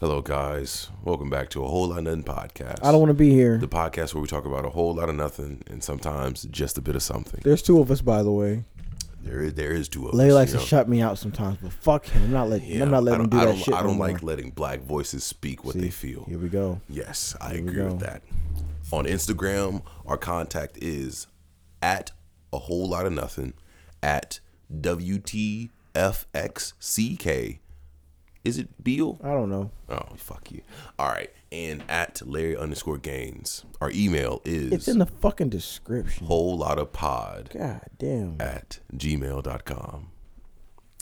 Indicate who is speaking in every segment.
Speaker 1: Hello, guys. Welcome back to a whole lot of nothing podcast.
Speaker 2: I don't want to be here.
Speaker 1: the podcast where we talk about a whole lot of nothing and sometimes just a bit of something.
Speaker 2: There's two of us, by the way.
Speaker 1: There is there is two of
Speaker 2: Larry
Speaker 1: us.
Speaker 2: likes
Speaker 1: you
Speaker 2: to
Speaker 1: know.
Speaker 2: shut me out sometimes, but fuck him. I'm not letting.
Speaker 1: Yeah,
Speaker 2: I'm not letting him do
Speaker 1: I
Speaker 2: that
Speaker 1: don't,
Speaker 2: shit.
Speaker 1: I
Speaker 2: no
Speaker 1: don't
Speaker 2: more.
Speaker 1: like letting black voices speak what they feel.
Speaker 2: Here we go.
Speaker 1: Yes, I
Speaker 2: we
Speaker 1: agree with
Speaker 2: go.
Speaker 1: that. On Instagram, our contact is at a whole lot of nothing at WTFXCK. Is it Beal?
Speaker 2: I don't know.
Speaker 1: Oh, fuck you. All right. And at Larry underscore gains. Our email
Speaker 2: It's
Speaker 1: is
Speaker 2: in the fucking description.
Speaker 1: whole lot of pod
Speaker 2: God damn.
Speaker 1: at gmail.com.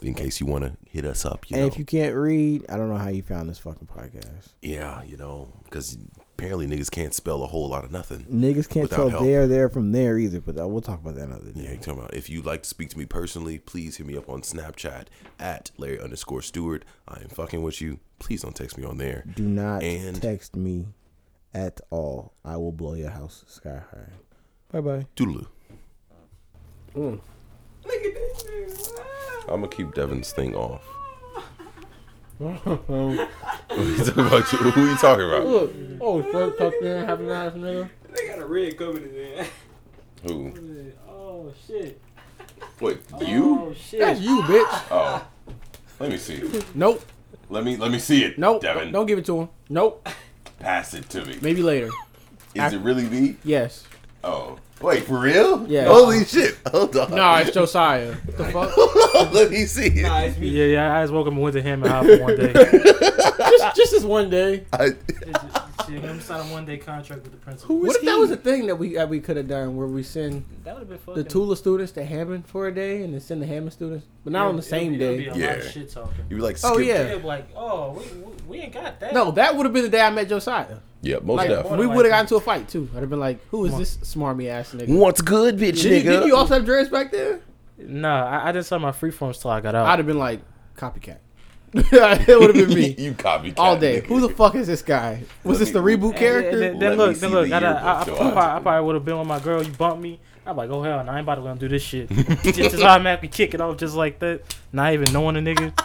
Speaker 1: In case you want to hit us up, you
Speaker 2: And
Speaker 1: know.
Speaker 2: if you can't read, I don't know how you found this fucking podcast.
Speaker 1: yeah, you know, because apparently niggas can't spell a whole lot of nothing.
Speaker 2: Niggas can't
Speaker 1: Without
Speaker 2: tell
Speaker 1: help.
Speaker 2: there, there from there either. But uh, we'll talk about that another day.
Speaker 1: Yeah, you talking about if you'd like to speak to me personally, please hit me up on Snapchat at Larry underscore Stewart. I am fucking with you. Please don't text me on there.
Speaker 2: Do not
Speaker 1: And-
Speaker 2: text me at all. I will blow your house sky high. Bye bye.
Speaker 1: Doodaloo. I'm gonna keep Devin's thing off. what are you talking about? Who are you talking about?
Speaker 3: Oh, fuck, talk to him, have a nice nigga.
Speaker 4: They got a red coming in there.
Speaker 1: Who?
Speaker 4: Oh shit.
Speaker 1: Wait, you?
Speaker 4: Oh shit.
Speaker 3: That's you, bitch.
Speaker 1: Oh, let me see.
Speaker 3: Nope,
Speaker 1: Let me let me see it.
Speaker 3: nope.
Speaker 1: Devin,
Speaker 3: Don't give it to him. Nope.
Speaker 1: pass it to me.
Speaker 3: Maybe later.
Speaker 1: Is it really me?
Speaker 3: Yes.
Speaker 1: Oh, wait, for real?
Speaker 3: Yeah.
Speaker 1: Holy shit! Hold on.
Speaker 3: Nah, it's Josiah. What the fuck?
Speaker 1: let me see it.
Speaker 4: Nah, it's me.
Speaker 5: Yeah, yeah, I just woke up and went to him and hop one day.
Speaker 3: just, just this one day.
Speaker 1: I,
Speaker 5: Shit, I'm signing a one day contract with the principal.
Speaker 3: What if that was a thing that we that we could have done where we send
Speaker 5: That would have been fucking.
Speaker 3: the Tula students to Hammond for a day and then send the Hammond students, but not on the
Speaker 5: It'll-
Speaker 3: same
Speaker 5: it'll
Speaker 3: day.
Speaker 5: Be a lot of
Speaker 1: Yeah.
Speaker 5: shit talking.
Speaker 1: you were like,
Speaker 3: Oh,
Speaker 1: skip-
Speaker 3: yeah.
Speaker 5: They'll be like, oh, we, we, we ain't got that.
Speaker 3: No, that would have been the day I met Josiah.
Speaker 1: Yeah, most
Speaker 3: Like
Speaker 1: definitely.
Speaker 3: we would have gotten to a fight too. I'd have been like, "Who is this smarmy ass nigga?"
Speaker 1: What's Mm, good, bitch,
Speaker 3: Did you, did you also have dreads back there?
Speaker 5: Nah, I, I didn't sign my freeforms till I got
Speaker 1: Uh,
Speaker 5: out.
Speaker 3: I'd have been like, "Copycat." it would have been me.
Speaker 1: you copycat.
Speaker 3: all day.
Speaker 1: nigga.
Speaker 3: Who the fuck is this guy? Was
Speaker 1: Let
Speaker 3: this the
Speaker 1: me-
Speaker 3: reboot
Speaker 5: And
Speaker 3: character?
Speaker 5: Then,
Speaker 1: Let
Speaker 5: then
Speaker 1: me
Speaker 5: look,
Speaker 1: see
Speaker 5: then look.
Speaker 1: the
Speaker 5: I, I, I,
Speaker 1: yearbook,
Speaker 5: probably,
Speaker 1: Josiah.
Speaker 5: I probably would have been with my girl. You bumped me. I'm like, oh hell, no, I ain't about to let him do this shit. just, just automatically kick it off, just like that. Not even knowing the nigga.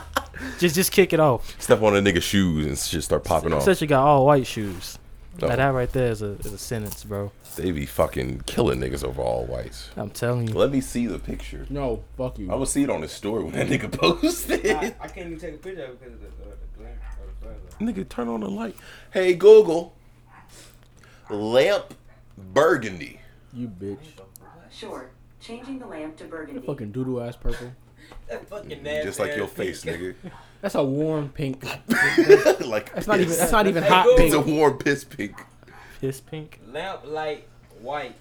Speaker 5: just, just kick it off.
Speaker 1: Step on a nigga's shoes and shit start popping off.
Speaker 5: Since you got all white shoes.
Speaker 1: Oh.
Speaker 5: Now that right there is a, is a sentence, bro.
Speaker 1: They be fucking killing niggas over all whites.
Speaker 5: I'm telling you.
Speaker 1: Let me see the picture.
Speaker 3: No, fuck
Speaker 1: I
Speaker 3: you.
Speaker 1: will see it on his story when that nigga posts
Speaker 4: I,
Speaker 1: it.
Speaker 4: I can't even take a picture of it because of the, uh, the glare. or the flashlight.
Speaker 1: nigga, turn on the light. Hey Google, lamp burgundy.
Speaker 3: You bitch.
Speaker 6: Sure. Changing the lamp to burgundy.
Speaker 3: Fucking doodle ass purple.
Speaker 4: That fucking nasty.
Speaker 1: Mm-hmm. Just like
Speaker 4: ass
Speaker 1: your
Speaker 4: pig.
Speaker 1: face, nigga.
Speaker 3: That's a warm pink.
Speaker 1: like
Speaker 3: That's not even.
Speaker 1: piss.
Speaker 3: That's not even hot
Speaker 1: It's a
Speaker 3: pink.
Speaker 1: warm piss pink.
Speaker 5: Piss pink.
Speaker 4: Lamp light white.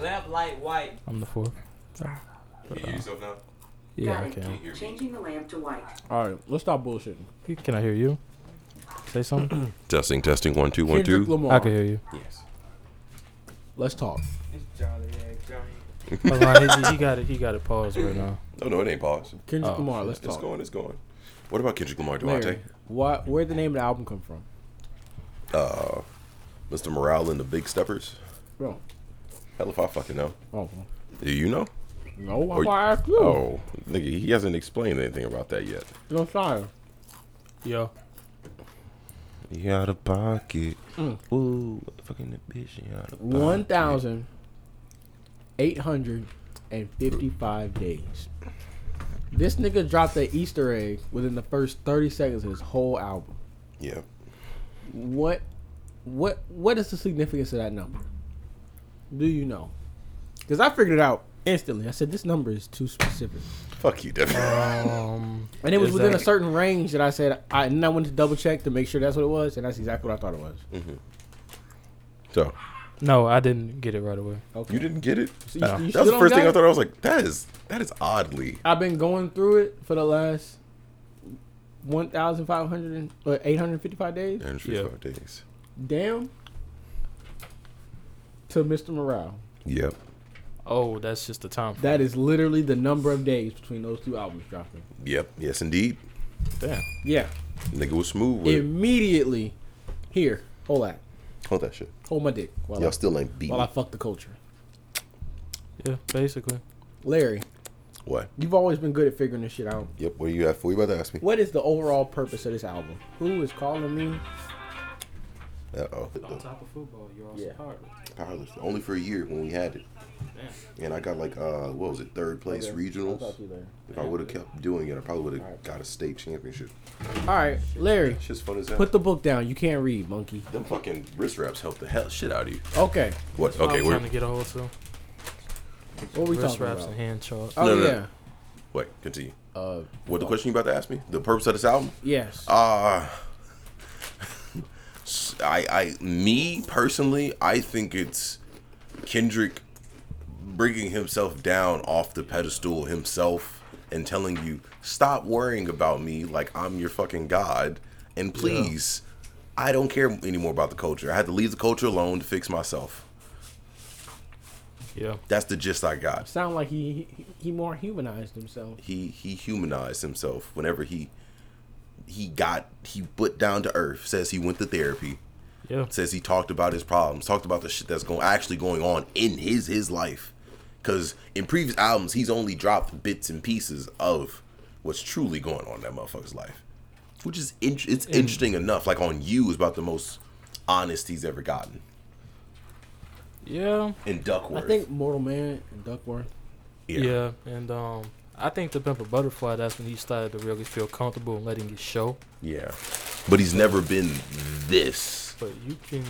Speaker 4: Lamp light white.
Speaker 5: I'm the fourth.
Speaker 1: Can you hear yourself now?
Speaker 5: Yeah,
Speaker 6: Got
Speaker 5: I
Speaker 6: it.
Speaker 5: can.
Speaker 1: hear me.
Speaker 6: Changing the lamp to white.
Speaker 3: All right, let's stop bullshitting.
Speaker 5: Can I hear you? Say something.
Speaker 1: Testing, testing. One, two, one,
Speaker 3: Kendrick
Speaker 1: two.
Speaker 3: Lamar.
Speaker 5: I can hear you.
Speaker 1: Yes.
Speaker 3: Let's talk.
Speaker 4: It's Jolly ass Johnny.
Speaker 5: Hold on, he, he got it. He got it paused right now.
Speaker 1: Oh, No, no, it ain't pause.
Speaker 3: Kendrick
Speaker 5: Oh,
Speaker 3: Lamar. Let's
Speaker 1: It's
Speaker 3: talk.
Speaker 1: going. It's going. What about Kendrick Lamar Duarte?
Speaker 3: Larry, what? Where'd the name of the album come from?
Speaker 1: Uh, Mr. Morale and the Big Steppers.
Speaker 3: Bro.
Speaker 1: Hell if I fucking know.
Speaker 3: Oh.
Speaker 1: Do you know?
Speaker 3: No,
Speaker 1: Or-
Speaker 3: I'm I asked you. Oh.
Speaker 1: Oh, nigga, he hasn't explained anything about that yet.
Speaker 3: No, sorry.
Speaker 5: Yo.
Speaker 1: He out of pocket. Ooh, fucking the bitch. He out of
Speaker 3: Mm. One thousand eight hundred and fifty-five days. This nigga dropped an Easter egg within the first thirty seconds of his whole album.
Speaker 1: Yeah.
Speaker 3: What, what, what is the significance of that number? Do you know? Because I figured it out instantly. I said this number is too specific,
Speaker 1: Fuck you, Devin.
Speaker 5: Um.
Speaker 3: and it was
Speaker 5: Is
Speaker 3: within
Speaker 5: that-
Speaker 3: a certain range that I said. I and I went to double check to make sure that's what it was, and that's exactly what I thought it was.
Speaker 1: so,
Speaker 5: No, I didn't get it right away.
Speaker 3: Okay.
Speaker 1: you didn't get it?
Speaker 3: So you-
Speaker 1: Uh,
Speaker 3: you
Speaker 1: that was
Speaker 3: still
Speaker 1: the first
Speaker 3: don't
Speaker 1: thing I
Speaker 3: got
Speaker 1: thought. I was like, that is that is oddly.
Speaker 3: I've been going through it for the last 1,500 and uh, 855 days.
Speaker 1: 365 days.
Speaker 3: Damn. To Mr. Morale.
Speaker 1: Yep.
Speaker 5: Oh, that's just the time.
Speaker 3: That is literally the number of days between those two albums dropping.
Speaker 1: Yep. Yes, indeed.
Speaker 5: Damn.
Speaker 3: Yeah.
Speaker 1: Nigga was smooth with it.
Speaker 3: Immediately. Here. Hold that.
Speaker 1: Hold that shit.
Speaker 3: Hold my dick while,
Speaker 1: Y'all
Speaker 3: I,
Speaker 1: still ain't beat.
Speaker 3: while I fuck the culture.
Speaker 5: Yeah, basically.
Speaker 3: Larry,
Speaker 1: What?
Speaker 3: You've always been good at figuring this shit out.
Speaker 1: Yep. What are you at for? You about to ask me?
Speaker 3: What is the overall purpose of this album? Who is calling me?
Speaker 1: Uh oh.
Speaker 5: On top of football, you're also
Speaker 3: Yeah.
Speaker 5: hard.
Speaker 1: Powerless. Only for a year when we had it. And I got like uh what was it, third place
Speaker 3: Okay, I'll
Speaker 1: regionals.
Speaker 3: talk to you later.
Speaker 1: If I would have kept doing it, I probably would have
Speaker 3: Alright.
Speaker 1: got a state championship.
Speaker 3: All right, Larry,
Speaker 1: Shit's fun as hell.
Speaker 3: put the book down. You can't read, monkey.
Speaker 1: Them fucking wrist wraps help the hell shit out of you.
Speaker 3: Okay,
Speaker 1: What?
Speaker 5: I
Speaker 1: Okay,
Speaker 5: was
Speaker 1: we're
Speaker 5: trying to get a hold to.
Speaker 3: what we
Speaker 5: Wrist
Speaker 3: talking
Speaker 5: wraps
Speaker 3: about?
Speaker 5: and hand charts.
Speaker 3: Oh
Speaker 1: No, no, no.
Speaker 3: yeah,
Speaker 1: wait. Continue.
Speaker 3: uh,
Speaker 1: What the question you about to ask me? The purpose of this album?
Speaker 3: yes.
Speaker 1: Uh s- I I me personally, I think it's Kendrick bringing himself down off the pedestal himself and telling you stop worrying about me like I'm your fucking god and please I don't care anymore about the culture. I had to leave the culture alone to fix myself.
Speaker 5: Yeah.
Speaker 1: That's the gist I got.
Speaker 3: Sound like he, he he more humanized himself.
Speaker 1: he he humanized himself whenever he he got he put down to earth says he went to therapy
Speaker 5: Yeah.
Speaker 1: says he talked about his problems talked about the shit that's going actually going on in his his life because in previous albums he's only dropped bits and pieces of what's truly going on in that motherfucker's life which is in, it's interesting enough like on you is about the most honest he's ever gotten
Speaker 5: Yeah.
Speaker 1: in duckworth
Speaker 3: I think Mortal Man and Duckworth.
Speaker 1: Yeah.
Speaker 5: Yeah. And um, I think the Pimp a Butterfly, that's when he started to really feel comfortable in letting it show.
Speaker 1: yeah but he's never been this
Speaker 5: But you can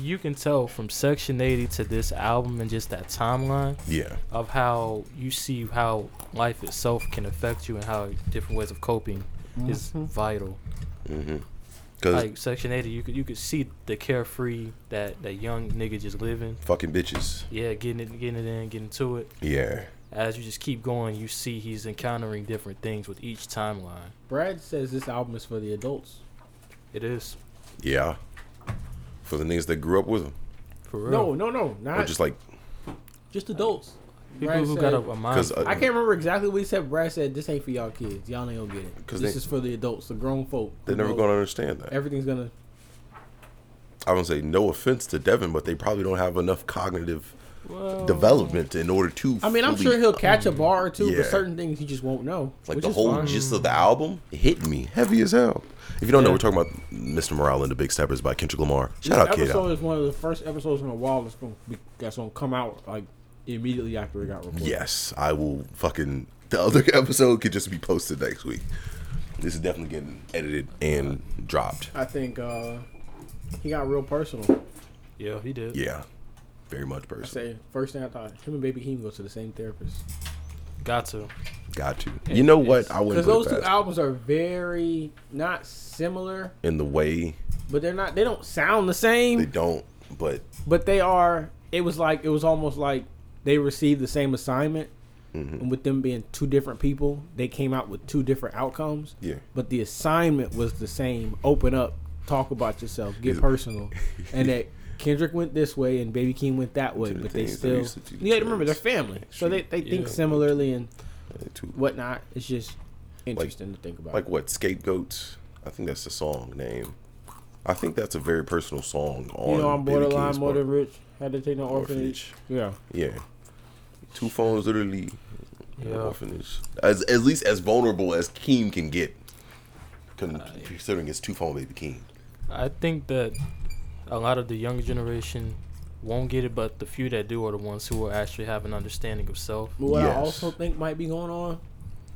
Speaker 5: you can tell from Section 80 to this album and just that timeline
Speaker 1: yeah
Speaker 5: of how you see how life itself can affect you and how different ways of coping is vital.
Speaker 1: Mm-hmm. because
Speaker 5: Like Section 80, you could you could see the carefree that that young nigga just living.
Speaker 1: fucking bitches
Speaker 5: Yeah, getting it getting it in, getting to it.
Speaker 1: yeah
Speaker 5: As you just keep going, you see he's encountering different things with each timeline.
Speaker 3: Brad says this album is for the adults.
Speaker 5: It is
Speaker 1: Yeah. For the niggas that grew up with him.
Speaker 5: for real.
Speaker 3: No, no, no,
Speaker 1: Or
Speaker 3: not
Speaker 1: just
Speaker 3: just,
Speaker 1: like,
Speaker 3: adults.
Speaker 5: People
Speaker 3: Brad
Speaker 5: who
Speaker 3: said-
Speaker 5: got a, a mind.
Speaker 1: because
Speaker 3: um, I can't remember exactly what he said. Brad said this ain't for y'all kids. Y'all ain't gonna get it.
Speaker 1: 'Cause
Speaker 3: This
Speaker 1: they-
Speaker 3: is for the adults, the grown folk.
Speaker 1: they're never going to understand that.
Speaker 3: Everything's gonna.
Speaker 1: I would say no offense to Devin, but they probably don't have enough cognitive
Speaker 5: Well,
Speaker 1: development in order to.
Speaker 3: I mean, I'm
Speaker 1: fully-
Speaker 3: sure he'll catch a bar or two,
Speaker 1: Yeah.
Speaker 3: but certain things he just won't know.
Speaker 1: Like
Speaker 3: which
Speaker 1: the
Speaker 3: is
Speaker 1: whole
Speaker 3: fine.
Speaker 1: gist of the album it hit me heavy as hell. If you don't know,
Speaker 5: Yeah.
Speaker 1: we're talking about Mr. Morale and the Big Steppers by Kendrick Lamar. Shout out,
Speaker 3: this
Speaker 1: kid.
Speaker 3: episode
Speaker 1: Out.
Speaker 3: is one of the first episodes in a while that's gonna be, that's gonna come out like immediately after it got recorded.
Speaker 1: Yes, I will fucking. The other episode could just be posted next week. This is definitely getting edited and dropped.
Speaker 3: I think uh, he got real personal.
Speaker 5: Yeah, he did.
Speaker 1: Yeah, very much
Speaker 3: I
Speaker 1: personal.
Speaker 3: say first thing I thought, him and Baby Keem go to the same therapist
Speaker 5: Got to.
Speaker 1: Got to. You know what? I wouldn't.
Speaker 3: because those
Speaker 1: Put it
Speaker 3: two
Speaker 1: past
Speaker 3: albums are very not similar,
Speaker 1: in the way
Speaker 3: but they're not. They don't sound the same,
Speaker 1: they don't, but
Speaker 3: but they are. It was like it was almost like they received the same assignment,
Speaker 1: Mm-hmm.
Speaker 3: and with them being two different people, they came out with two different outcomes.
Speaker 1: yeah,
Speaker 3: but the assignment was the same open up talk about yourself get personal and that kendrick went this way and baby Keem went that way
Speaker 1: Two
Speaker 3: but they
Speaker 1: things,
Speaker 3: still
Speaker 1: these are two
Speaker 3: you gotta remember they're
Speaker 1: things.
Speaker 3: family so they, they think
Speaker 5: Yeah.
Speaker 3: similarly and
Speaker 1: they too.
Speaker 3: whatnot it's just interesting to think about
Speaker 1: like what scapegoats? I think that's the song name. I think that's a very personal song on
Speaker 3: you know i'm
Speaker 1: Baby
Speaker 3: borderline
Speaker 1: King's
Speaker 3: more
Speaker 1: part.
Speaker 3: than rich had to take no orphanage,
Speaker 1: orphanage.
Speaker 3: yeah
Speaker 1: Yeah, two phones literally. Yeah.
Speaker 5: Yeah.
Speaker 1: Orphanage. As at least as vulnerable as Keem can get, con-
Speaker 3: Uh,
Speaker 1: considering it's two phone baby Keem.
Speaker 5: I think that a lot of the younger generation won't get it, but the few that do are the ones who will actually have an understanding of self.
Speaker 3: but what
Speaker 1: Yes.
Speaker 3: i also think might be going on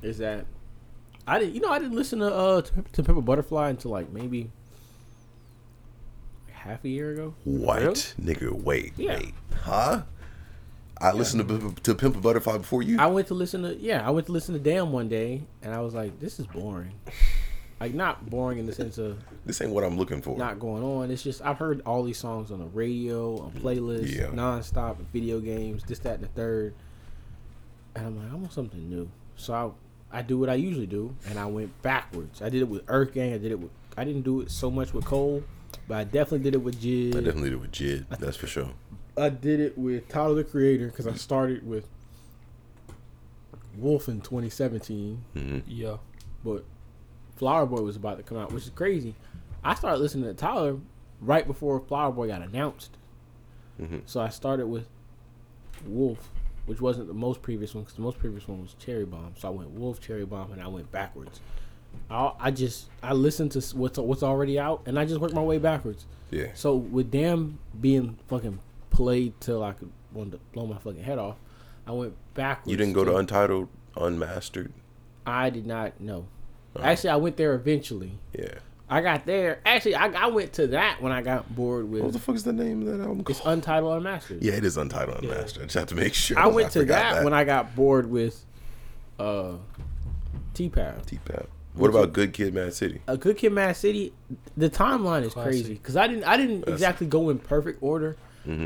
Speaker 3: is that i didn't you know i didn't listen to uh to, to pimp a butterfly until like maybe half a year ago
Speaker 1: What nigga? Wait,
Speaker 3: Yeah.
Speaker 1: wait, huh? I listened to, B- to Pimp a Butterfly before you.
Speaker 3: I went to listen to yeah, I went to listen to Damn one day, and I was like, this is boring. Like not boring in the sense of
Speaker 1: this ain't what I'm looking for.
Speaker 3: not going on. It's just I've heard all these songs on the radio, on playlists,
Speaker 1: Yeah.
Speaker 3: nonstop, video games, this, that, and the third. And I'm like, I want something new. So I, I do what I usually do, and I went backwards. I did it with Earth Gang. I did it with. I didn't do it so much with Cole, but I definitely did it with
Speaker 1: I
Speaker 3: Jid.
Speaker 1: definitely did with Jid. That's for sure.
Speaker 3: I did it with Tyler the Creator because I started with Wolf in 2017.
Speaker 5: Yeah.
Speaker 3: but Flower Boy was about to come out, which is crazy. I started listening to Tyler right
Speaker 1: Mm-hmm.
Speaker 3: before Flower Boy got announced. So I started with Wolf, which wasn't the most previous one because the most previous one was Cherry Bomb. So I went Wolf Cherry Bomb and I went backwards. I, I just I listened to s- what's what's already out and I just worked my way backwards.
Speaker 1: Yeah.
Speaker 3: So with damn being fucking played till I could wanted to blow my fucking head off, I went backwards.
Speaker 1: You didn't go to Untitled, Unmastered.
Speaker 3: I did not know.
Speaker 1: Oh.
Speaker 3: Actually, I went there eventually.
Speaker 1: Yeah.
Speaker 3: I got there. Actually, I, I went to that when I got bored
Speaker 1: What the
Speaker 3: with
Speaker 1: fuck is the name of that album
Speaker 3: it's
Speaker 1: called?
Speaker 3: Untitled Unmastered.
Speaker 1: yeah, it is Untitled, Unmastered. I just have to make sure.
Speaker 3: I went to
Speaker 1: forgot
Speaker 3: that, when I got bored with uh T Power.
Speaker 1: T-Pap. What about Good Kid, Mad City?
Speaker 3: A Good Kid, Mad City. The timeline is
Speaker 5: Classic.
Speaker 3: crazy because I didn't I didn't exactly go in perfect order.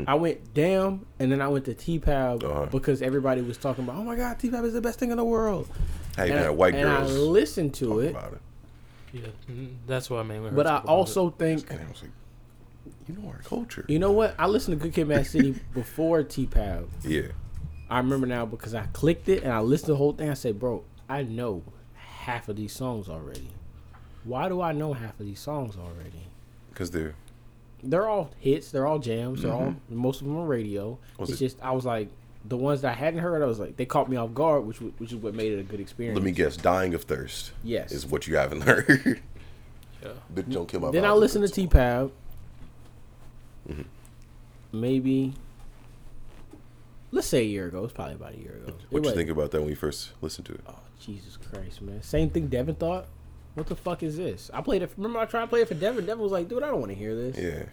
Speaker 3: I went damn, and then I went to T Pab
Speaker 1: Mm-hmm. Uh-huh.
Speaker 3: because everybody was talking about, oh my god, T Pab is the best thing in the world.
Speaker 1: Hey
Speaker 3: and I,
Speaker 1: man, white
Speaker 3: and I
Speaker 1: girls.
Speaker 3: listened to
Speaker 1: talk
Speaker 3: it,
Speaker 1: about it.
Speaker 5: Yeah, mm, that's what I mainly heard.
Speaker 3: but I
Speaker 5: talk about it.
Speaker 3: also think
Speaker 1: And I was like, you know our culture.
Speaker 3: you know what? I listened to Good Kid, Mad City before T Pab.
Speaker 1: yeah.
Speaker 3: I remember now because I clicked it and I listened to the whole thing. I said, bro, I know half of these songs already. Why do I know half of these songs already?
Speaker 1: Because they're
Speaker 3: They're all hits. They're all jams. They're all most of them are radio.
Speaker 1: Mm-hmm. Was
Speaker 3: it's
Speaker 1: it-
Speaker 3: just I was like the ones that I hadn't heard. I was like they caught me off guard, which wa- which is what made it a good experience.
Speaker 1: Let me guess, dying of thirst.
Speaker 3: Yes.
Speaker 1: Is what you haven't heard.
Speaker 5: Yeah.
Speaker 1: Bitch, don't kill my
Speaker 3: then I
Speaker 1: vibe. Mm-hmm.
Speaker 3: listened to T Pab. Maybe. Let's say a year ago. It's probably about a year ago. It
Speaker 1: What you
Speaker 3: was-
Speaker 1: think about that when you first listened to it?
Speaker 3: Oh, Jesus Christ, man. Same thing Devin thought. What the fuck is this? I played it. Remember, I tried to play it for Devin. Devin was like, dude, I don't want to hear this.
Speaker 1: Yeah.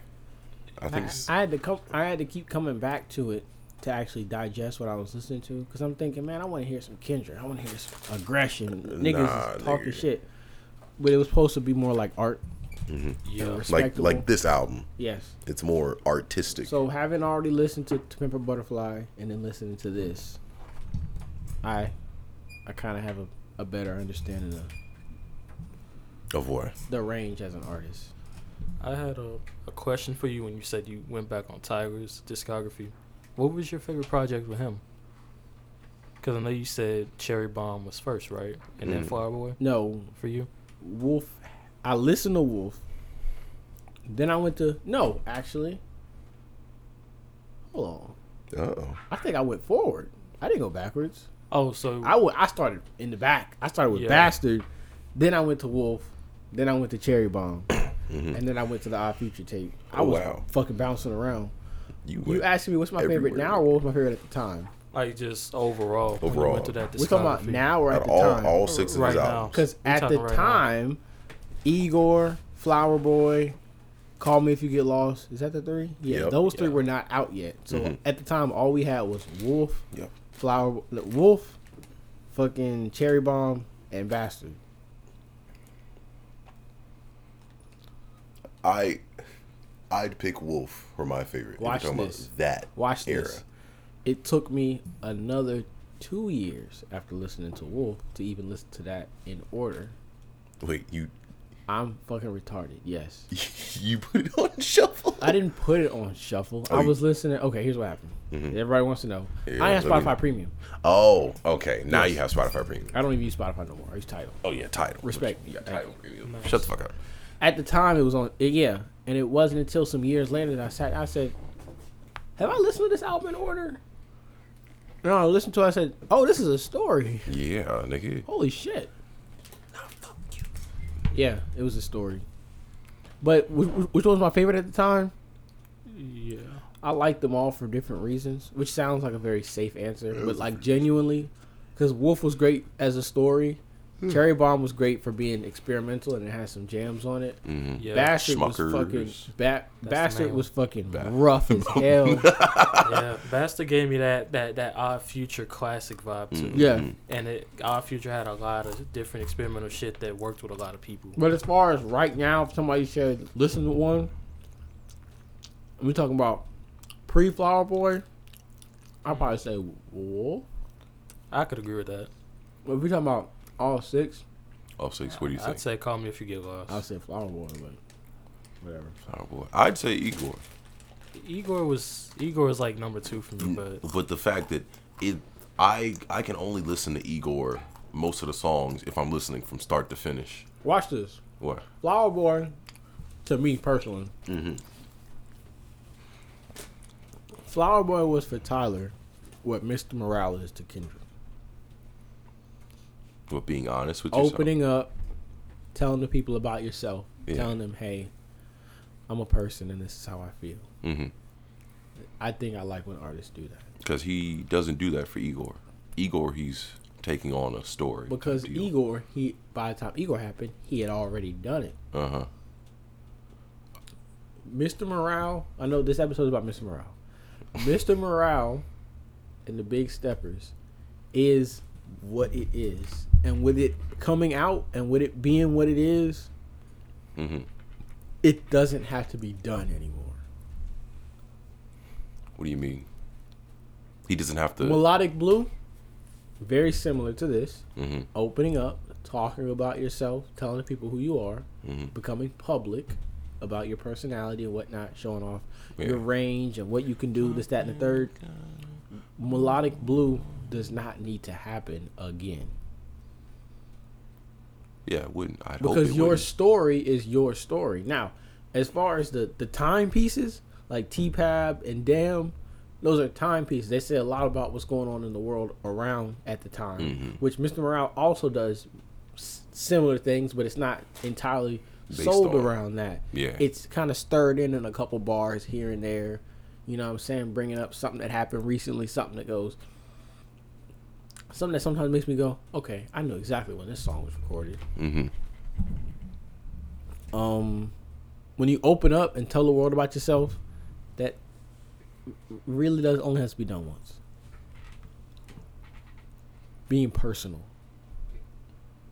Speaker 1: I think
Speaker 3: I,
Speaker 1: it's,
Speaker 3: I had to come. I had to keep coming back to it to actually digest what I was listening to because I'm thinking, man, I want to hear some Kendrick. I want to hear some aggression. Niggas
Speaker 1: Nah,
Speaker 3: is talking
Speaker 1: nigga.
Speaker 3: shit, but it was supposed to be more like art.
Speaker 5: Yeah.
Speaker 3: and
Speaker 1: Mm-hmm. like
Speaker 3: respectable.
Speaker 1: like this album.
Speaker 3: Yes.
Speaker 1: It's more artistic.
Speaker 3: So having already listened to To Pimp a Butterfly and then listening to this, I, I kind of have a, a better understanding of
Speaker 1: of what?
Speaker 3: the range as an artist.
Speaker 5: I had a, a question for you when you said you went back on Tiger's discography. What was your favorite project with him? Because I know you said Cherry Bomb was first, right? And then Flower Boy
Speaker 3: No,
Speaker 5: for you?
Speaker 3: Wolf. I listened to Wolf. Then I went to no, actually. Hold on.
Speaker 1: Uh oh.
Speaker 3: I think I went forward. I didn't go backwards.
Speaker 5: Oh, so
Speaker 3: I wa- I started in the back. I started with
Speaker 5: Yeah.
Speaker 3: Bastard. Then I went to Wolf. Then I went to Cherry Bomb. And then I went to the Odd Future tape. I
Speaker 1: Oh,
Speaker 3: was
Speaker 1: Mm-hmm. wow.
Speaker 3: fucking bouncing around.
Speaker 1: You,
Speaker 3: You
Speaker 1: went-
Speaker 3: asking me what's my favorite
Speaker 1: everywhere.
Speaker 3: now or what was my favorite at the time?
Speaker 5: like just overall. when you
Speaker 1: Overall.
Speaker 5: went through that discography.
Speaker 3: We're talking about now or
Speaker 1: out
Speaker 3: at
Speaker 1: of
Speaker 3: the
Speaker 1: all
Speaker 3: time?
Speaker 1: all six of
Speaker 5: Right
Speaker 1: his
Speaker 5: now.
Speaker 1: albums.
Speaker 3: Because
Speaker 5: We
Speaker 3: at the
Speaker 5: talking right now.
Speaker 3: time, Igor, Flower Boy, Call Me If You Get Lost. Is that the three? Yeah,
Speaker 1: Yep. Mm-hmm.
Speaker 3: those three
Speaker 5: Yeah.
Speaker 3: were not out yet. So at the time, all we had was Wolf,
Speaker 1: Yep.
Speaker 3: Flower, Bo- no, Wolf, fucking Cherry Bomb, and Bastard.
Speaker 1: I I'd pick Wolf for my favorite. if you're
Speaker 3: Watch
Speaker 1: talking about
Speaker 3: this.
Speaker 1: that
Speaker 3: Watch
Speaker 1: era.
Speaker 3: this. It took me another two years after listening to Wolf to even listen to that in order.
Speaker 1: Wait, you
Speaker 3: I'm fucking retarded. Yes.
Speaker 1: you put it on shuffle?
Speaker 3: I didn't put it on shuffle.
Speaker 1: Oh,
Speaker 3: I
Speaker 1: you- Mm-hmm.
Speaker 3: was listening. Okay, here's what happened. Everybody wants to know.
Speaker 1: Yeah,
Speaker 3: I have
Speaker 1: let me-
Speaker 3: Spotify Premium.
Speaker 1: Oh, okay. Now you have Spotify Premium.
Speaker 3: I don't even use Spotify no more. I use Tidal.
Speaker 1: Oh yeah, title.
Speaker 3: Respect.
Speaker 1: You got title. Premium. Shut the fuck up.
Speaker 3: At the time, it was on. Yeah, and it wasn't until some years later that I sat. I said, "Have I listened to this album in order?" No, I listened to. it. I said, "Oh, this is a story.
Speaker 1: Yeah, nigga.
Speaker 3: Holy shit!" Yeah, it was a story. But which, which one was my favorite at the time?
Speaker 5: Yeah.
Speaker 3: I like them all for different reasons, which sounds like a very safe answer, but like genuinely, because Wolf was great as a story. Cherry Bomb was great for being experimental and it has some jams on it.
Speaker 5: Yeah.
Speaker 3: Bastard
Speaker 1: Schmuckers.
Speaker 3: was fucking ba-
Speaker 5: the
Speaker 3: Bastard
Speaker 5: main
Speaker 3: was fucking
Speaker 1: Ba-
Speaker 3: rough as hell.
Speaker 5: yeah. Bastard gave me that, that, that odd future classic vibe, too.
Speaker 3: Mm. yeah,
Speaker 1: Mm-hmm.
Speaker 5: And it, Odd Future had a lot of different experimental shit that worked with a lot of people.
Speaker 3: but as far as right now, if somebody said listen to one, we talking about pre Flower Boy. I would probably say Wolf.
Speaker 5: I could agree with that.
Speaker 3: But if we talking about all six,
Speaker 1: Oh six, what do you think?
Speaker 5: I'd say Call Me If You Get Lost.
Speaker 3: I'll say Flower Boy, but whatever.
Speaker 1: Oh, boy. I'd say Igor.
Speaker 5: Igor was Igor was like number two for me,
Speaker 3: Mm.
Speaker 5: but
Speaker 1: But the fact that it, I I can only listen to Igor most of the songs if I'm listening from start to finish.
Speaker 3: Watch this.
Speaker 1: What?
Speaker 3: Flower Boy, to me personally,
Speaker 1: Mm-hmm.
Speaker 3: Flower Boy was for Tyler what Mr. Morale is to Kendrick.
Speaker 1: But being honest with yourself.
Speaker 3: Opening up, telling the people about yourself,
Speaker 1: Yeah.
Speaker 3: telling them, "Hey, I'm a person, and this is how I feel."
Speaker 1: Mm-hmm.
Speaker 3: I think I like when artists do that
Speaker 1: Because he doesn't do that for Igor. Igor, he's taking on a story.
Speaker 3: because Igor, he by the time Igor happened, he had already done it.
Speaker 1: Uh huh.
Speaker 3: Mr. Morale, I know this episode is about Mr. Morale. Mr. Morale and the Big Steppers is what it is. And with it coming out and with it being what it is,
Speaker 1: Mm-hmm.
Speaker 3: it doesn't have to be done anymore.
Speaker 1: What do you mean? He doesn't have to.
Speaker 3: Melodic Blue, very similar to this.
Speaker 1: mm-hmm.
Speaker 3: Opening up, talking about yourself, telling the people who you are,
Speaker 1: Mhm.
Speaker 3: becoming public about your personality and whatnot, showing off
Speaker 1: Yeah.
Speaker 3: your range and what you can do, this, that, and the third. Melodic Blue does not need to happen again
Speaker 1: Yeah, it wouldn't. I'd hope
Speaker 3: because
Speaker 1: it
Speaker 3: your
Speaker 1: wouldn't.
Speaker 3: story is your story. Now, as far as the the timepieces like T Pab and Damn, those are timepieces. They say a lot about what's going on in the world around at the time,
Speaker 1: Mm-hmm.
Speaker 3: which Mr. Morale also does s- similar things, but it's not entirely
Speaker 1: Based
Speaker 3: sold
Speaker 1: on-
Speaker 3: around that.
Speaker 1: Yeah.
Speaker 3: it's kind of stirred in in a couple bars here and there. You know what I'm saying? Bringing up something that happened recently, something that goes. Something that sometimes makes me go, okay, I know exactly when this song was recorded
Speaker 1: Mm-hmm.
Speaker 3: um, when you open up and tell the world about yourself, that r- really does only has to be done once. Being personal,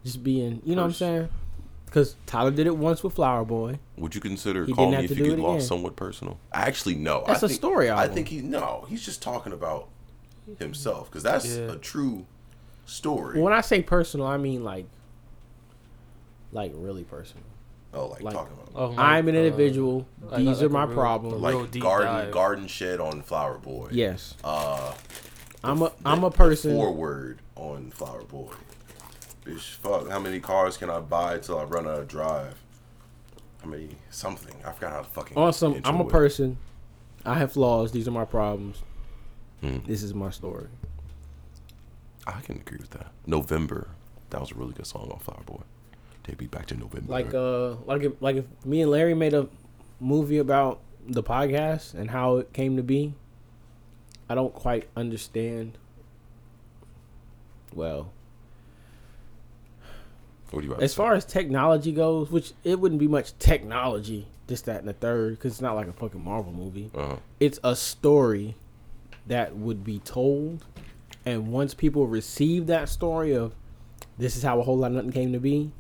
Speaker 3: just being, you know what I'm
Speaker 1: Pers-
Speaker 3: saying? Because Tyler did it once with Flower Boy.
Speaker 1: Would you consider
Speaker 3: He
Speaker 1: Call
Speaker 3: didn't
Speaker 1: Me
Speaker 3: have
Speaker 1: If You
Speaker 3: to do
Speaker 1: Get
Speaker 3: it
Speaker 1: Lost
Speaker 3: again.
Speaker 1: somewhat personal? Actually, no.
Speaker 3: That's
Speaker 1: I
Speaker 3: a
Speaker 1: think,
Speaker 3: story
Speaker 1: I
Speaker 3: album.
Speaker 1: think he no. He's just talking about himself because that's
Speaker 5: Yeah.
Speaker 1: a true story.
Speaker 3: When I say personal, I mean like, like really personal.
Speaker 1: oh, like,
Speaker 3: like-
Speaker 1: talking about
Speaker 5: Oh, like,
Speaker 3: I'm an
Speaker 5: uh,
Speaker 3: individual.
Speaker 5: like-
Speaker 3: These
Speaker 5: like
Speaker 3: are
Speaker 5: a
Speaker 3: my
Speaker 5: real-
Speaker 3: problems.
Speaker 5: real
Speaker 1: like
Speaker 5: deep
Speaker 1: garden
Speaker 5: dive.
Speaker 1: garden shed on Flower Boy.
Speaker 3: yes,
Speaker 1: Uh,
Speaker 3: I'm a
Speaker 1: the-
Speaker 3: I'm a
Speaker 1: the
Speaker 3: person.
Speaker 1: Forward on Flower Boy. Bitch, fuck. How many cars can I buy till I run out of drive? How many? Something. I forgot how to fucking.
Speaker 3: Awesome.
Speaker 1: intro
Speaker 3: I'm a
Speaker 1: it.
Speaker 3: person. I have flaws. These are my problems.
Speaker 1: Mhm.
Speaker 3: This is my story.
Speaker 1: I can agree with that. November. That was a really good song on Flower Boy. Take me back to November.
Speaker 3: Like uh, like if like if me and Larry made a movie about the podcast and how it came to be, I don't quite understand. Well,
Speaker 1: what do you about to
Speaker 3: as
Speaker 1: say?
Speaker 3: far as technology goes, which it wouldn't be much technology, this, that, and the third, because it's not like a fucking Marvel movie.
Speaker 1: Uh-huh.
Speaker 3: it's a story that would be told and once people receive that story of this is how a whole lot of nothing came to be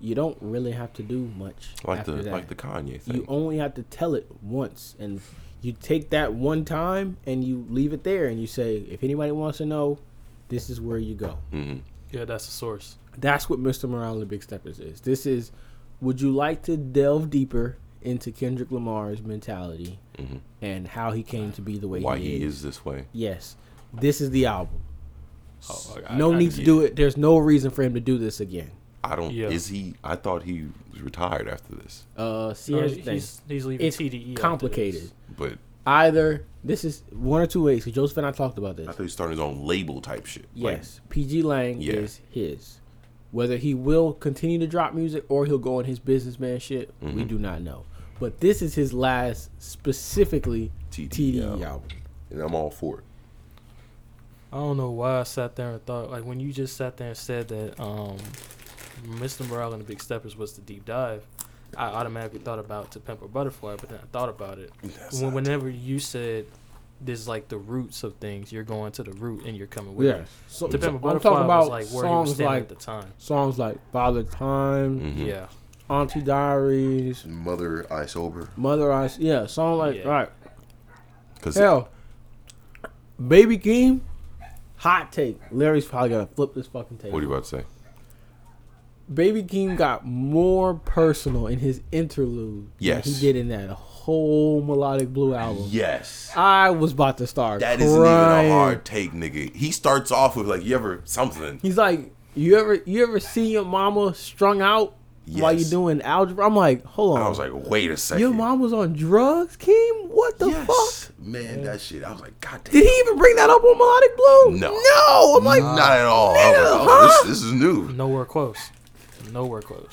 Speaker 3: you don't really have to do much
Speaker 1: like the
Speaker 3: after that.
Speaker 1: like the Kanye thing.
Speaker 3: you only have to tell it once and you take that one time and you leave it there and you say if anybody wants to know this is where you go
Speaker 1: Mm-hmm.
Speaker 5: Yeah, that's the source.
Speaker 3: that's what Mr. Morale and the Big Steppers is. This is, would you like to delve deeper into Kendrick Lamar's mentality and how he came to be the way
Speaker 1: Mm-hmm. Why
Speaker 3: he,
Speaker 1: he
Speaker 3: is?
Speaker 1: is this way?
Speaker 3: Yes, this is the album.
Speaker 5: Oh,
Speaker 3: no need to
Speaker 1: yeah.
Speaker 3: do it. There's no reason for him to do this again.
Speaker 1: I don't.
Speaker 5: Yeah.
Speaker 1: Is he? I thought he was retired after this,
Speaker 3: Uh, see,
Speaker 5: No,
Speaker 3: here's the thing.
Speaker 5: Oh, he's, he's leaving
Speaker 3: It's
Speaker 5: TDE. after
Speaker 3: complicated.
Speaker 5: this.
Speaker 1: but
Speaker 3: Either this is one or two ways. Because Joseph and I talked about this.
Speaker 1: I thought he was starting his own label type shit. Like,
Speaker 3: Yes, PG Lang
Speaker 1: Yeah.
Speaker 3: is his. Whether he will continue to drop music or he'll go on his businessman shit,
Speaker 1: Mm-hmm.
Speaker 3: we do not know. But this is his last specifically
Speaker 1: TDE
Speaker 3: TDE,
Speaker 1: album.
Speaker 3: album.
Speaker 1: and I'm all for it.
Speaker 5: I don't know why I sat there and thought like when you just sat there and said that um, Mr. Morale and the Big Steppers was the deep dive. I automatically thought about To Pimp a Butterfly, but then I thought about it.
Speaker 1: That's
Speaker 5: When,
Speaker 1: not-
Speaker 5: whenever you said there's like the roots of things, you're going to the root and you're coming with
Speaker 3: Yeah.
Speaker 5: it.
Speaker 3: So,
Speaker 5: To Pimp a
Speaker 3: I'm
Speaker 5: Butterfly
Speaker 3: talking about
Speaker 5: was like where he was
Speaker 3: songs
Speaker 5: standing
Speaker 3: like
Speaker 5: at the time.
Speaker 3: songs like Father Time,
Speaker 1: Mhm.
Speaker 5: Yeah.
Speaker 3: Auntie Diaries,
Speaker 1: Mother I sober.
Speaker 3: Mother Eyes. Yeah, song like
Speaker 5: Yeah.
Speaker 3: all right.
Speaker 1: Because
Speaker 3: Hell, Baby Keem, hot take. Larry's probably gonna flip this fucking table.
Speaker 1: what are you about to say?
Speaker 3: Baby Keem got more personal in his interlude
Speaker 1: Yes.
Speaker 3: than he did in that whole melodic blue album.
Speaker 1: Yes.
Speaker 3: I was about to start
Speaker 1: That
Speaker 3: crying.
Speaker 1: isn't even a hard take, nigga. He starts off with like, "You ever something?"
Speaker 3: He's like, you ever you ever see your mama strung out? while you're
Speaker 1: Yes.
Speaker 3: doing algebra. I'm like, hold on.
Speaker 1: I was like, wait a second.
Speaker 3: your mom was on drugs, Keem? What the fuck?
Speaker 1: yes, man, that shit. I was like, God damn.
Speaker 3: Did he even bring that up on Melodic Blue?
Speaker 1: No.
Speaker 3: No. I'm like,
Speaker 1: not at all. I was like, oh, this, this is new.
Speaker 5: Nowhere close. Nowhere close.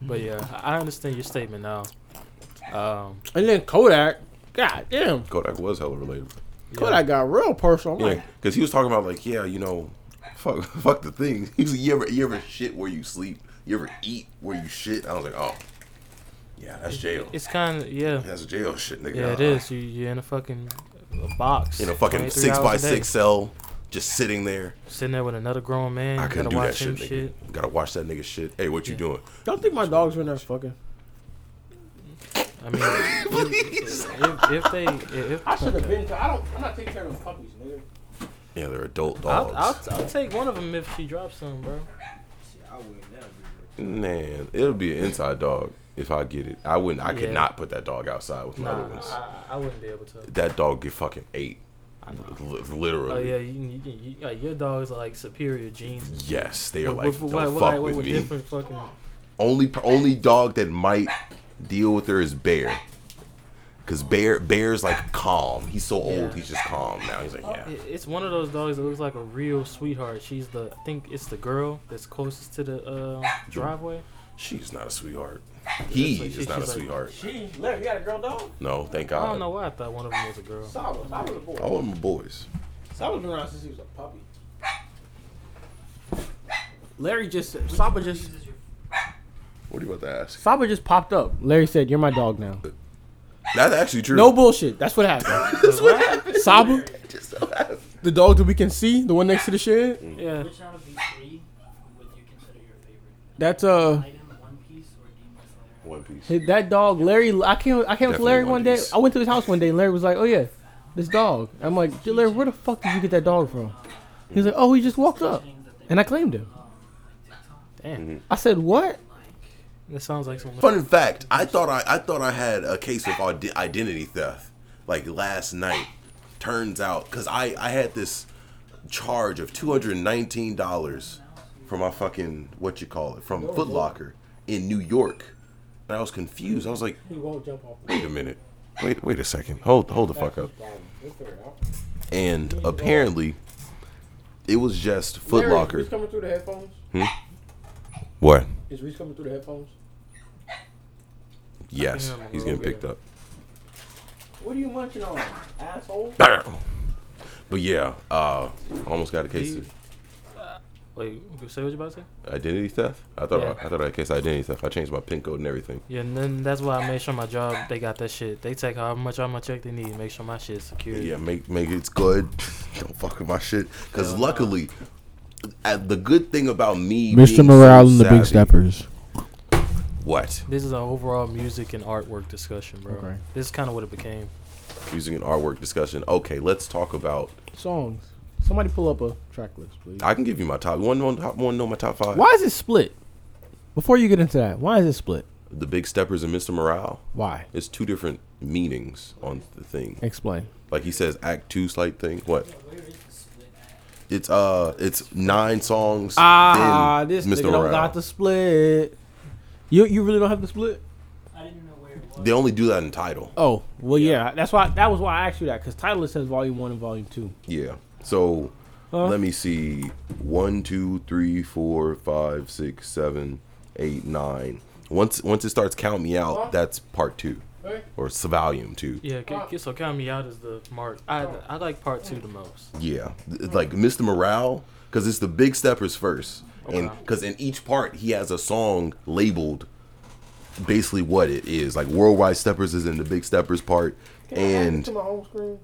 Speaker 5: But yeah, I I understand your statement now. Um,
Speaker 3: and then Kodak. God damn.
Speaker 1: Kodak was hella related.
Speaker 3: Kodak got real personal. I'm
Speaker 1: Yeah,
Speaker 3: like,
Speaker 1: because he was talking about like, yeah, you know, fuck, fuck the thing. He was like, you ever, you ever shit where you sleep? You ever eat where you shit? I was like, oh, yeah, that's jail.
Speaker 5: it's kind of yeah,
Speaker 1: That's jail shit, nigga.
Speaker 5: yeah. It
Speaker 1: Uh-uh.
Speaker 5: is. You, you're in a fucking a box.
Speaker 1: In a fucking
Speaker 5: 23
Speaker 1: six by
Speaker 5: hours a day,
Speaker 1: six cell, just sitting there.
Speaker 5: sitting there with another grown man.
Speaker 1: I
Speaker 5: you
Speaker 1: couldn't
Speaker 5: gotta
Speaker 1: do that
Speaker 5: watch
Speaker 1: shit,
Speaker 5: him
Speaker 1: nigga. Gotta watch that nigga shit. Hey, what you
Speaker 5: Yeah.
Speaker 1: doing?
Speaker 3: don't think my dogs were in there fucking.
Speaker 5: I mean, if, if, if they, if
Speaker 3: I should have been. I don't. I'm not taking care of them puppies, nigga.
Speaker 1: Yeah, they're adult dogs.
Speaker 5: I'll, I'll, I'll take one of them if she drops some, bro.
Speaker 4: Shit, I would never do
Speaker 1: Man, it'll be an inside dog if I get it. I wouldn't. I
Speaker 5: Yeah.
Speaker 1: could not put that dog outside with my other
Speaker 5: Nah,
Speaker 1: ones.
Speaker 5: I, I wouldn't be able to.
Speaker 1: That dog get fucking ate.
Speaker 5: I know.
Speaker 1: Li-
Speaker 5: Oh
Speaker 1: literally.
Speaker 5: yeah, you, you, you, like, your dogs are like superior genes.
Speaker 1: Yes, they are
Speaker 5: What-
Speaker 1: like
Speaker 5: what-
Speaker 1: don't fuck
Speaker 5: what- what- what-
Speaker 1: with
Speaker 5: what
Speaker 1: me.
Speaker 5: different fucking-
Speaker 1: Only only dog that might deal with her is Bear. Cause Bear Bear's like calm. He's so
Speaker 5: Yeah. Oh,
Speaker 1: old. He's just calm now. He's like yeah.
Speaker 5: It- It's one of those dogs that looks like a real sweetheart. She's the, I think it's the girl that's closest to the uh, driveway.
Speaker 1: She's not a sweetheart. He
Speaker 5: That's what she-
Speaker 1: is not a
Speaker 5: she's like-
Speaker 1: sweetheart.
Speaker 3: She left. You got a girl dog?
Speaker 1: No, thank
Speaker 5: I don't know
Speaker 1: God.
Speaker 5: why I thought one of them was a girl.
Speaker 3: Solid. Solid boy.
Speaker 1: All of them boys.
Speaker 3: Saba's been around since he was a puppy. Larry just Saba just
Speaker 1: What are you about to ask?
Speaker 3: Saba just popped up. Larry said, "You're my dog now."
Speaker 1: That's actually true.
Speaker 3: No bullshit. That's what happened.
Speaker 1: That's what happened.
Speaker 3: Saba,
Speaker 1: Just so happened.
Speaker 3: the dog that we can see, the one next to the shed.
Speaker 5: Yeah.
Speaker 7: Which out of these three would you consider your favorite?
Speaker 3: That's uh
Speaker 7: Item, One Piece, or Demon Slayer?
Speaker 1: One piece.
Speaker 3: hit that dog. Larry, I came I came up to
Speaker 1: Definitely
Speaker 3: Larry
Speaker 1: One
Speaker 3: one day.
Speaker 1: Piece.
Speaker 3: I went to his house one day. and Larry was like, "Oh yeah, this dog." I'm like, "Dude, "Larry, where the fuck did you get that dog from?" He was like, "Oh, he just walked up," and I claimed him.
Speaker 1: Mm-hmm.
Speaker 5: Damn.
Speaker 3: I said, "What?"
Speaker 5: That sounds like some.
Speaker 1: Fun fact: I thought I, I thought I had a case of ide- identity theft, like last night. Turns out, cause I I had this charge of two hundred nineteen dollars from my fucking what you call it from Foot Locker in New York, and I was confused. I was like,
Speaker 3: He won't jump off.
Speaker 1: wait a minute, wait wait a second, hold hold the fuck up. And apparently, it was just Foot Locker.
Speaker 3: coming through the headphones.
Speaker 1: What?
Speaker 3: Is Reese coming through the headphones?
Speaker 1: Yes, he's getting picked up.
Speaker 3: What are you munching on, asshole?
Speaker 1: But yeah, uh, I almost got a case of
Speaker 5: Wait, say what you about to say?
Speaker 1: identity theft. I thought
Speaker 5: Yeah.
Speaker 1: I thought I had a case of identity theft. I changed my pin code and everything.
Speaker 5: Yeah, and then that's why I made sure my job, they got that shit. They take how much I'm going check they need, make sure my shit's secure.
Speaker 1: Yeah, make make it's good. Don't fuck with my shit. Cause luckily, uh, the good thing about me, being so savvy-
Speaker 3: Steppers.
Speaker 1: What
Speaker 5: This is an overall music and artwork discussion, bro.
Speaker 3: Okay.
Speaker 5: This is kind of what it became.
Speaker 1: using an artwork discussion. Okay, let's talk about.
Speaker 3: Songs. Somebody pull up a track list, please.
Speaker 1: I can give you my top one. One top one. Know my top five.
Speaker 3: Why is it split? Before you get into that, why is it split?
Speaker 1: The Big Steppers and Mr. Morale.
Speaker 3: Why?
Speaker 1: It's two different meanings on the thing.
Speaker 3: Explain.
Speaker 1: Like he says, Act Two, slight thing. What? It's uh, it's nine songs.
Speaker 3: Ah,
Speaker 1: then
Speaker 3: this
Speaker 1: Mr.
Speaker 3: nigga don't
Speaker 1: Morale.
Speaker 3: got the split. You you really don't have the split?
Speaker 7: I didn't know where it was.
Speaker 1: They only do that in title.
Speaker 3: Oh well, yeah. That's why that was why I asked you that because title says volume one and volume two.
Speaker 1: Yeah. So
Speaker 3: Huh?
Speaker 1: let me see. One, two, three, four, five, six, seven, eight, nine. Once once it starts count me out, that's part two. Or it's volume two.
Speaker 5: Yeah, c- c- so count me out as the mark. I, I like part two the most.
Speaker 1: Yeah. Th- Like Mr. Morale, because it's the big steppers first. And because in each part he has a song labeled basically what it is. Like Worldwide Steppers is in the Big Steppers part. And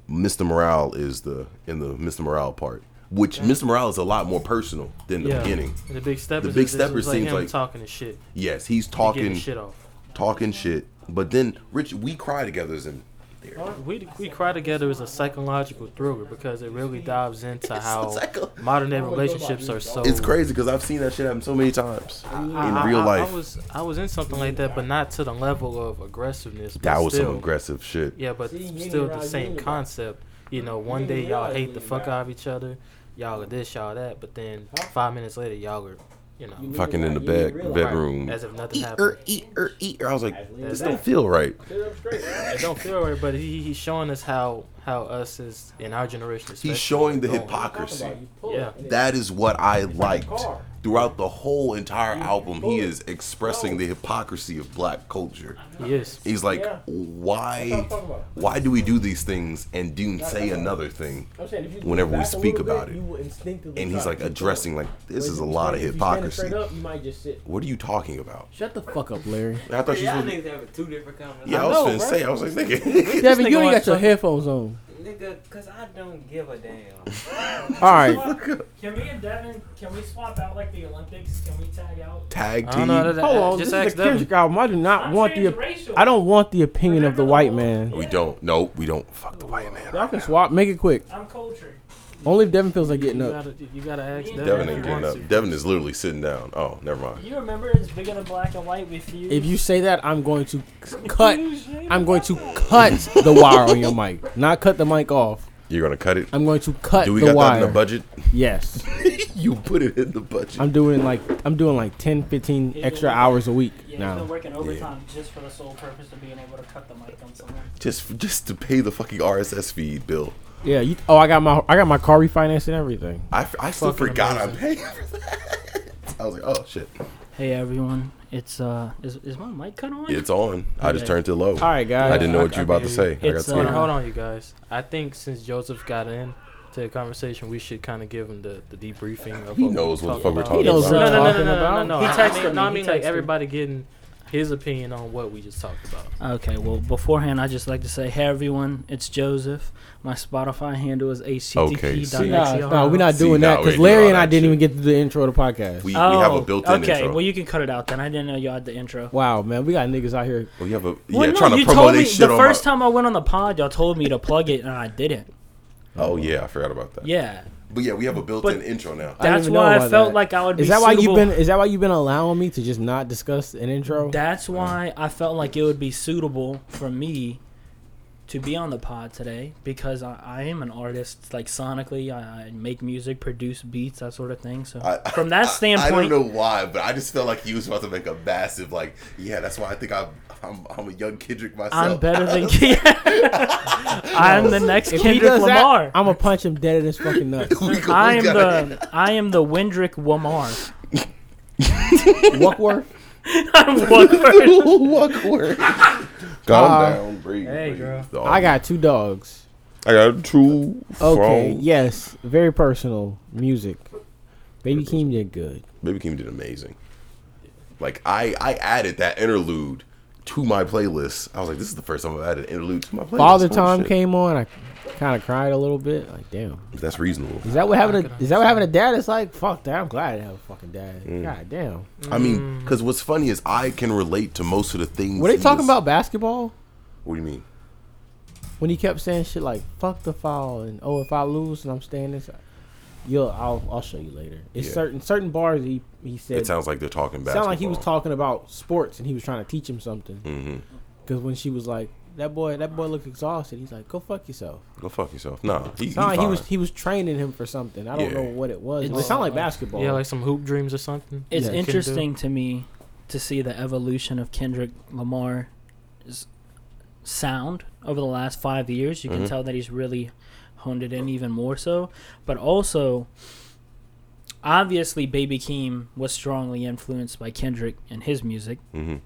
Speaker 1: Mr. Morale is the in the Mr. Morale part. Which Mr. Morale is a lot more personal than the
Speaker 5: yeah.
Speaker 1: beginning.
Speaker 5: And the big steppers.
Speaker 1: Big
Speaker 5: is- is
Speaker 1: Steppers
Speaker 5: like
Speaker 1: seems
Speaker 5: him
Speaker 1: like-
Speaker 5: talking his shit,
Speaker 1: Yes, he's
Speaker 5: getting
Speaker 1: talking
Speaker 5: his shit off.
Speaker 1: talking shit. But then Rich we cry together as in there.
Speaker 5: We we cry together is a psychological thriller because it really dives into how
Speaker 1: psycho-
Speaker 5: modern day relationships are so.
Speaker 1: It's crazy because I've seen that shit happen so many times in
Speaker 5: I-
Speaker 1: real
Speaker 5: I-
Speaker 1: life.
Speaker 5: I was I was in something like that, but not to the level of aggressiveness. but
Speaker 1: that was
Speaker 5: still,
Speaker 1: some aggressive shit.
Speaker 5: Yeah, but
Speaker 3: See, you
Speaker 5: still
Speaker 3: ain't
Speaker 5: the
Speaker 3: right, you
Speaker 5: same
Speaker 3: ain't right.
Speaker 5: concept. You know, one
Speaker 3: ain't
Speaker 5: day y'all
Speaker 3: right,
Speaker 5: hate
Speaker 3: you
Speaker 5: the
Speaker 3: ain't
Speaker 5: fuck
Speaker 3: right.
Speaker 5: out of each other, y'all are this, y'all that, but then five minutes later y'all are you know,
Speaker 3: You-
Speaker 1: fucking in the
Speaker 3: You didn't
Speaker 1: bed
Speaker 3: realize.
Speaker 1: bedroom.
Speaker 5: as if nothing
Speaker 1: Eat
Speaker 5: happened.
Speaker 1: er, eat er, eat er. I was like,
Speaker 3: Lean
Speaker 1: this
Speaker 3: back.
Speaker 1: don't feel right.
Speaker 3: Sit up straight, right?
Speaker 5: It don't feel right, but he, he's showing us how how us is in our generation. especially,
Speaker 1: He's showing the
Speaker 5: going.
Speaker 1: hypocrisy.
Speaker 3: Talking about you pull
Speaker 5: Yeah.
Speaker 3: it and it-
Speaker 1: That is what I
Speaker 3: like a
Speaker 1: liked.
Speaker 3: car.
Speaker 1: Throughout the whole entire album, he
Speaker 3: pull it.
Speaker 1: is expressing the hypocrisy of black culture.
Speaker 5: Yes,
Speaker 1: He's like,
Speaker 3: Yeah. That's what
Speaker 1: why,
Speaker 3: I'm talking about.
Speaker 1: why do we do these things and didn't say another thing?
Speaker 3: I'm saying if you
Speaker 1: Whenever we
Speaker 3: back a
Speaker 1: speak
Speaker 3: little
Speaker 1: about
Speaker 3: bit,
Speaker 1: it.
Speaker 3: you will instinctively
Speaker 1: And he's
Speaker 3: try
Speaker 1: like
Speaker 3: to keep
Speaker 1: addressing
Speaker 3: going.
Speaker 1: like, this
Speaker 3: But
Speaker 1: is
Speaker 3: if
Speaker 1: a
Speaker 3: you
Speaker 1: lot of
Speaker 3: stand- if you standing
Speaker 1: hypocrisy.
Speaker 3: Straight up, you might just sit.
Speaker 1: What are you talking about?
Speaker 3: Shut the fuck up, Larry.
Speaker 1: I thought you
Speaker 4: Y'all
Speaker 1: was.
Speaker 4: niggas having two different conversations.
Speaker 1: Yeah, I was
Speaker 3: know,
Speaker 1: gonna
Speaker 3: bro.
Speaker 1: say. I was like, nigga.
Speaker 3: Devin,
Speaker 5: nigga
Speaker 3: you
Speaker 5: wants
Speaker 3: ain't got your
Speaker 5: something.
Speaker 3: headphones on.
Speaker 4: Nigga, cause I don't give a damn.
Speaker 3: All right.
Speaker 7: Can we and Devin, can we swap out like the Olympics? Can we tag out?
Speaker 1: Tag
Speaker 5: I don't know.
Speaker 1: team.
Speaker 5: That, that,
Speaker 3: Hold on.
Speaker 5: just
Speaker 3: this
Speaker 5: ask
Speaker 3: is a Kendrick
Speaker 5: them.
Speaker 3: album. I do not
Speaker 7: I'm
Speaker 3: want the.
Speaker 7: transracial.
Speaker 3: I don't want the opinion of the white man.
Speaker 1: We don't. No, we don't. Fuck the white man.
Speaker 3: Y'all can swap. Make it quick.
Speaker 7: I'm cultured.
Speaker 3: Only if Devin feels like
Speaker 5: You
Speaker 3: getting up.
Speaker 5: gotta, you gotta ask
Speaker 7: Devin
Speaker 5: them.
Speaker 1: Devin
Speaker 7: Yeah,
Speaker 1: ain't
Speaker 7: he
Speaker 1: getting up. Devin is literally sitting down. Oh, never mind.
Speaker 7: You remember it's bigger than black and white with you.
Speaker 3: If you say that, I'm going to cut. I'm going to cut the wire on your mic. Not cut the mic off.
Speaker 1: You're gonna cut it.
Speaker 3: I'm going to cut
Speaker 1: Do we
Speaker 3: the
Speaker 1: got
Speaker 3: wire.
Speaker 1: that in the budget?
Speaker 3: Yes.
Speaker 1: you put it in the budget.
Speaker 3: I'm doing like I'm doing like 10, 15 extra hours a week
Speaker 7: Yeah, he's been
Speaker 3: now.
Speaker 7: working overtime just for the sole purpose of being able to cut the mic on someone.
Speaker 1: Just just to pay the fucking RSS feed bill.
Speaker 3: Yeah. You, oh, I got my I got my car refinanced and everything.
Speaker 1: I, I still
Speaker 5: Fucking
Speaker 1: forgot I'm paying for that. I was like, oh shit,
Speaker 7: Hey everyone, it's uh, is, is my mic cut on?
Speaker 1: it's on. I just
Speaker 7: Okay.
Speaker 1: turned it low.
Speaker 3: All right, guys.
Speaker 1: I didn't know what you
Speaker 5: I
Speaker 1: were about to
Speaker 5: can
Speaker 1: say. I got
Speaker 7: It's,
Speaker 5: Hold on,
Speaker 1: scared.
Speaker 5: uh, hold on, you guys. I think since Joseph got in to the conversation, we should kind of give him the, the debriefing of
Speaker 1: He
Speaker 5: what we
Speaker 1: knows what the
Speaker 5: talked
Speaker 1: fuck we're
Speaker 5: about.
Speaker 1: talking
Speaker 3: knows
Speaker 1: about.
Speaker 3: what
Speaker 5: Oh, No, no, no, no,
Speaker 3: I'm talking
Speaker 5: no, no,
Speaker 3: about.
Speaker 5: no.
Speaker 7: He
Speaker 5: I mean,
Speaker 7: texted me,
Speaker 5: no, I
Speaker 7: he
Speaker 5: mean like
Speaker 7: texted me.
Speaker 5: everybody getting his opinion on what we just talked about.
Speaker 7: Okay, well, beforehand, I just like to say, hey everyone, it's Joseph. My Spotify handle is http.
Speaker 1: Okay, see.
Speaker 7: E
Speaker 3: No, no, we're not
Speaker 1: See,
Speaker 3: doing
Speaker 1: now
Speaker 3: that
Speaker 1: we
Speaker 3: because
Speaker 1: do
Speaker 3: Larry
Speaker 1: all
Speaker 3: and I
Speaker 1: that
Speaker 3: didn't even
Speaker 1: shit.
Speaker 3: get to the intro of the podcast.
Speaker 1: We, we have a built-in
Speaker 7: Oh, okay,
Speaker 1: intro.
Speaker 7: well, you can cut it out then. I didn't know y'all had the intro.
Speaker 3: wow, man, we got niggas out here.
Speaker 1: we have a yeah
Speaker 7: Well, no,
Speaker 1: trying to
Speaker 7: you
Speaker 1: promote
Speaker 7: told me
Speaker 1: this shit
Speaker 7: the
Speaker 1: on
Speaker 7: first
Speaker 1: my,
Speaker 7: time I went on the pod, y'all told me to plug it, and I didn't.
Speaker 1: Oh yeah, I forgot about that.
Speaker 7: Yeah,
Speaker 1: But yeah, we have a built-in
Speaker 7: But-
Speaker 1: intro now.
Speaker 3: didn't
Speaker 7: that's
Speaker 3: even know
Speaker 7: why I
Speaker 3: about
Speaker 7: felt
Speaker 3: that.
Speaker 7: like I would.
Speaker 3: Is
Speaker 7: be
Speaker 3: that why you've
Speaker 7: suitable-
Speaker 3: been? Is that why you've been allowing me to just not discuss an intro?
Speaker 7: That's
Speaker 1: Oh.
Speaker 7: why I felt like it would be suitable for me to be on the pod today because I, I am an artist. Like sonically, I, I make music, produce beats, that sort of thing. So
Speaker 1: I-
Speaker 7: from that
Speaker 1: I
Speaker 7: standpoint,
Speaker 1: don't know why, but I just felt like he was about to make a massive like. Yeah, that's why I think I'm I'm, I'm a young Kendrick myself.
Speaker 7: I'm better than I'm the next
Speaker 3: If he
Speaker 7: Kendrick
Speaker 3: does that,
Speaker 7: Lamar.
Speaker 3: I'm gonna punch him dead in his fucking nuts.
Speaker 1: We go- we
Speaker 7: I am
Speaker 1: gotta-
Speaker 7: the I am the Wendrick Lamar.
Speaker 3: Wuckworth.
Speaker 7: I'm Woodward.
Speaker 1: Awkward. Calm
Speaker 3: Uh,
Speaker 1: down, breathe.
Speaker 7: Hey,
Speaker 1: breathe,
Speaker 7: girl.
Speaker 1: dog.
Speaker 3: I got two dogs.
Speaker 1: I got two
Speaker 3: Okay.
Speaker 1: phones.
Speaker 3: Yes. Very personal music. Baby Keem did good.
Speaker 1: Baby Keem did amazing. Like I, I added that interlude to my playlist. I was like, this is the first time I've added an interlude to my playlist.
Speaker 3: Father
Speaker 1: Holy
Speaker 3: Time
Speaker 1: shit.
Speaker 3: came on. I kind of cried a little bit. Like, damn.
Speaker 1: That's reasonable.
Speaker 3: Is that what having a Is that what having a dad is like? Fuck that. I'm glad I have a fucking dad.
Speaker 1: Mm.
Speaker 3: God damn.
Speaker 1: I mean,
Speaker 7: Mm.
Speaker 1: because what's funny is I can relate to most of the things.
Speaker 3: Were they
Speaker 1: he
Speaker 3: talking
Speaker 1: was-
Speaker 3: about basketball
Speaker 1: What do you mean?
Speaker 3: when he kept saying shit like "fuck the foul" and "oh, if I lose and I'm staying inside, you'll I'll I'll show you later." It's
Speaker 1: Yeah.
Speaker 3: certain certain bars he he said
Speaker 1: It sounds like they're talking basketball.
Speaker 3: sound like he was talking about sports and he was trying to teach him something.
Speaker 1: Mm-hmm.
Speaker 3: Because when she was like, "That boy, that boy look exhausted," he's like, "Go fuck yourself."
Speaker 1: Go fuck yourself. Nah, he, he,
Speaker 3: Sound like he
Speaker 1: fine.
Speaker 3: was he was training him for something. I don't
Speaker 1: Yeah.
Speaker 3: know what it was. but It
Speaker 7: It's-
Speaker 3: sounded like basketball.
Speaker 5: Yeah, like some hoop dreams or something.
Speaker 7: It's
Speaker 5: Mm-hmm. Yeah.
Speaker 7: interesting to me to see the evolution of Kendrick Lamar's sound over the last five years. You can tell that he's really honed it in even more so. But also, obviously, Baby Keem was strongly influenced by Kendrick and his music.
Speaker 1: Mhm.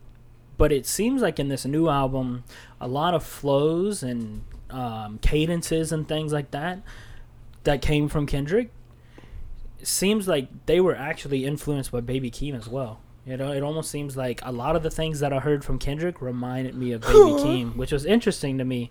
Speaker 7: But it seems like in this new album, a lot of flows and um, cadences and things like that that came from Kendrick seems like they were actually influenced by Baby Keem as well. You know, it almost seems like a lot of the things that I heard from Kendrick reminded me of Baby Keem, which was interesting to me.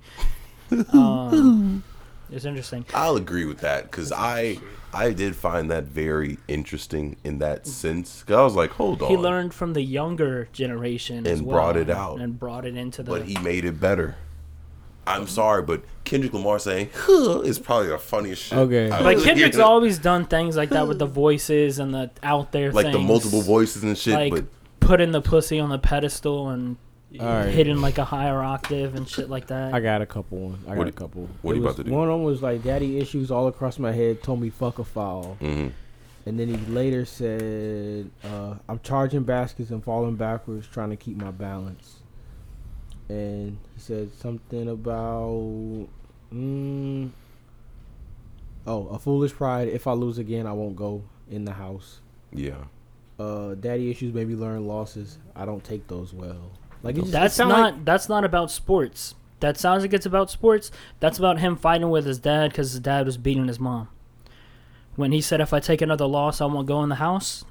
Speaker 7: Um, it's interesting.
Speaker 1: I'll agree with that because I I did find that very interesting in that sense. Because I was like, hold on,
Speaker 7: He learned from the younger generation as
Speaker 1: And
Speaker 7: well,
Speaker 1: brought it out.
Speaker 7: and brought it into the.
Speaker 1: but he made it better. I'm sorry, but Kendrick Lamar saying "Huh," is probably the funniest shit.
Speaker 3: Okay.
Speaker 1: I've
Speaker 7: but
Speaker 1: ever
Speaker 7: Kendrick's
Speaker 1: heard.
Speaker 7: always done things like that with the voices and the out there
Speaker 1: like the
Speaker 7: things,
Speaker 1: multiple voices and shit.
Speaker 7: like
Speaker 1: but
Speaker 7: putting the pussy on the pedestal and
Speaker 3: All right.
Speaker 7: hitting like a higher octave and shit like that.
Speaker 3: I got a couple. One. I got
Speaker 1: What
Speaker 3: a
Speaker 1: do-
Speaker 3: couple.
Speaker 1: what
Speaker 3: It
Speaker 1: you
Speaker 3: was-
Speaker 1: about to do? Mm-hmm.
Speaker 3: One of them was like daddy issues all across my head. Told me fuck a foul. And then he later said, uh, I'm charging baskets and falling backwards trying to keep my balance. And he said something about, mm, oh, a foolish pride. If I lose again, I won't go in the house.
Speaker 1: Yeah.
Speaker 3: Uh, daddy issues made me learn losses. I don't take those well. Like it just, it
Speaker 7: That's
Speaker 3: sound
Speaker 7: not
Speaker 3: like-
Speaker 7: that's not about sports. That sounds like it's about sports. That's about him fighting with his dad because his dad was beating his mom. When he said, "If I take another loss, I won't go in the house,"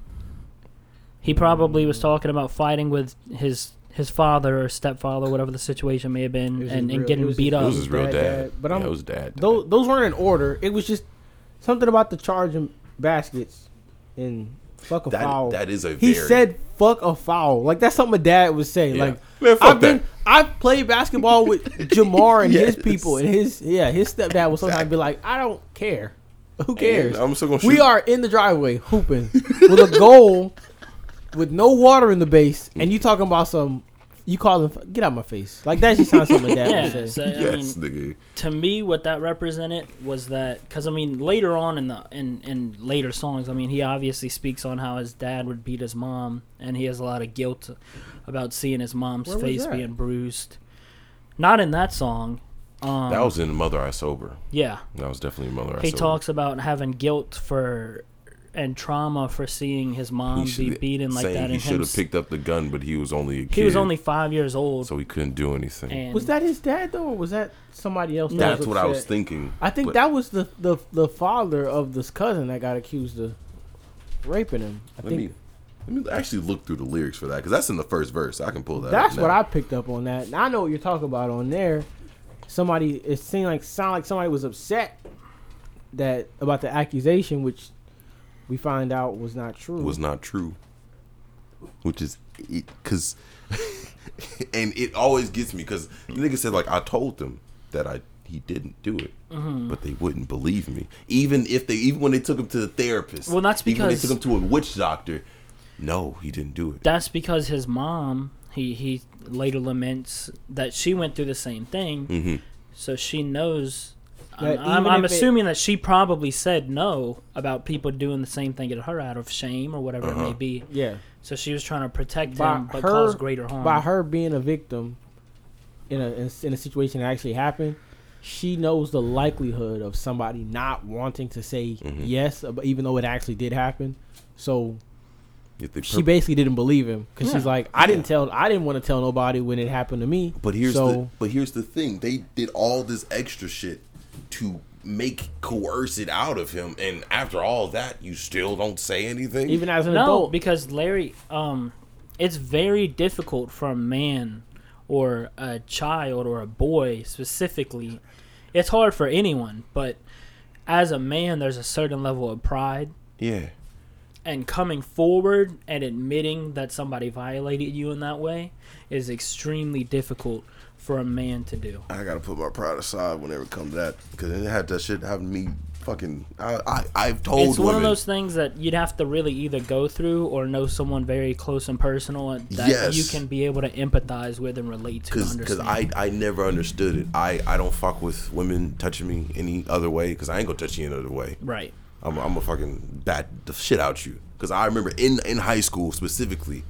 Speaker 7: he probably was talking about fighting with his his father or stepfather, whatever the situation may have
Speaker 3: It
Speaker 7: been,
Speaker 3: was his
Speaker 7: and, and
Speaker 3: real- it
Speaker 7: getting
Speaker 3: was his-
Speaker 7: beat
Speaker 1: It
Speaker 7: up.
Speaker 1: was his real
Speaker 3: Dad,
Speaker 1: dad.
Speaker 3: dad, but
Speaker 1: yeah,
Speaker 3: I'm-
Speaker 1: it was dad. dad.
Speaker 3: those those weren't in order. It was just something about the charging baskets and fuck a
Speaker 1: That-
Speaker 3: foul.
Speaker 1: that is a
Speaker 3: he
Speaker 1: very-
Speaker 3: said fuck a foul. Like that's something my dad would say.
Speaker 1: Yeah.
Speaker 3: Like
Speaker 1: Man, fuck
Speaker 3: I've been
Speaker 1: that.
Speaker 3: I've played basketball with Jamar and
Speaker 1: Yes.
Speaker 3: his people and his yeah his stepdad would sometimes be like I don't care. Who cares?
Speaker 1: I'm still gonna shoot.
Speaker 3: we are in the driveway hooping with a goal with no water in the base, and you talking about some. You call them. Get out my face. Like that just sounds something my dad
Speaker 7: Yeah,
Speaker 3: would
Speaker 7: so,
Speaker 3: say.
Speaker 7: I
Speaker 1: Yes,
Speaker 7: mean,
Speaker 1: nigga.
Speaker 7: to me what that represented was that because i mean later on in the in in later songs i mean he obviously speaks on how his dad would beat his mom and he has a lot of guilt about seeing his mom's
Speaker 3: Where was
Speaker 7: face
Speaker 3: that?
Speaker 7: being bruised not in that song um
Speaker 1: That was in Mother I Sober.
Speaker 7: yeah
Speaker 1: That was definitely Mother I
Speaker 7: he
Speaker 1: Sober.
Speaker 7: talks about having guilt for and trauma for seeing his mom
Speaker 1: should-
Speaker 7: be beaten like
Speaker 1: saying
Speaker 7: that
Speaker 1: he
Speaker 7: and
Speaker 1: should
Speaker 7: him,
Speaker 1: have picked up the gun, but he was only a kid.
Speaker 7: he was only five years old
Speaker 1: so he couldn't do anything.
Speaker 7: and
Speaker 3: Was that his dad though, or was that somebody else? that
Speaker 1: That's what I
Speaker 3: upset?
Speaker 1: was thinking.
Speaker 3: I think
Speaker 1: but-
Speaker 3: that was the, the the father of this cousin that got accused of raping him. I
Speaker 1: Let
Speaker 3: think
Speaker 1: me let me actually look through the lyrics for that because that's in the first verse. I can pull that.
Speaker 3: that's
Speaker 1: up
Speaker 3: what
Speaker 1: now.
Speaker 3: I picked up on that. And I know what you're talking about on there. Somebody it seemed like sound like somebody was upset that about the accusation, which we find out was not true.
Speaker 1: was not true, which is it because, and it always gets me because the nigga said like I told them that I he didn't do it,
Speaker 7: Mm-hmm.
Speaker 1: but they wouldn't believe me even if they even when they took him to the therapist.
Speaker 7: Well, that's
Speaker 1: even when they
Speaker 7: because-
Speaker 1: took him to a witch doctor. No, he didn't do it.
Speaker 7: that's because his mom he he later laments that she went through the same thing
Speaker 1: Mhm.
Speaker 7: so she knows
Speaker 3: That
Speaker 7: I'm, I'm,
Speaker 3: even
Speaker 7: I'm
Speaker 3: if it-
Speaker 7: assuming that she probably said no about people doing the same thing to her out of shame or whatever it may be
Speaker 3: yeah,
Speaker 7: so she was trying to protect
Speaker 3: By
Speaker 7: him but
Speaker 3: her-
Speaker 7: cause greater harm
Speaker 3: by her being a victim in a in, a situation that actually happened, she knows the likelihood of somebody not wanting to say
Speaker 1: Mm-hmm.
Speaker 3: yes, ab- even though it actually did happen. So
Speaker 1: If they
Speaker 3: she
Speaker 1: purp-
Speaker 3: basically didn't believe him because she's
Speaker 7: Yeah.
Speaker 3: like, I didn't tell, I didn't want to tell nobody when it happened to me.
Speaker 1: But here's
Speaker 3: so
Speaker 1: the but here's the thing. They did all this extra shit to make coerce it out of him, and after all that, you still don't say anything.
Speaker 3: even as an
Speaker 7: no
Speaker 3: adult,
Speaker 7: because larry um it's very difficult for a man or a child or a boy specifically it's hard for anyone but as a man there's a certain level of pride
Speaker 1: yeah,
Speaker 7: and coming forward and admitting that somebody violated you in that way is extremely difficult for a man to do.
Speaker 1: I gotta put my pride aside whenever it comes to that because it had that shit having me fucking. I, I I've told
Speaker 7: It's one
Speaker 1: women.
Speaker 7: of those things that you'd have to really either go through or know someone very close and personal and that
Speaker 1: Yes.
Speaker 7: you can be able to empathize with and relate to. and
Speaker 1: Cause, cause
Speaker 7: understand.
Speaker 1: I, I never understood it. I, I don't fuck with women touching me any other way. Cause I ain't gonna touch you any other way.
Speaker 7: right.
Speaker 1: I'm, I'm gonna fucking bat the shit out you. Cause I remember in in high school specifically,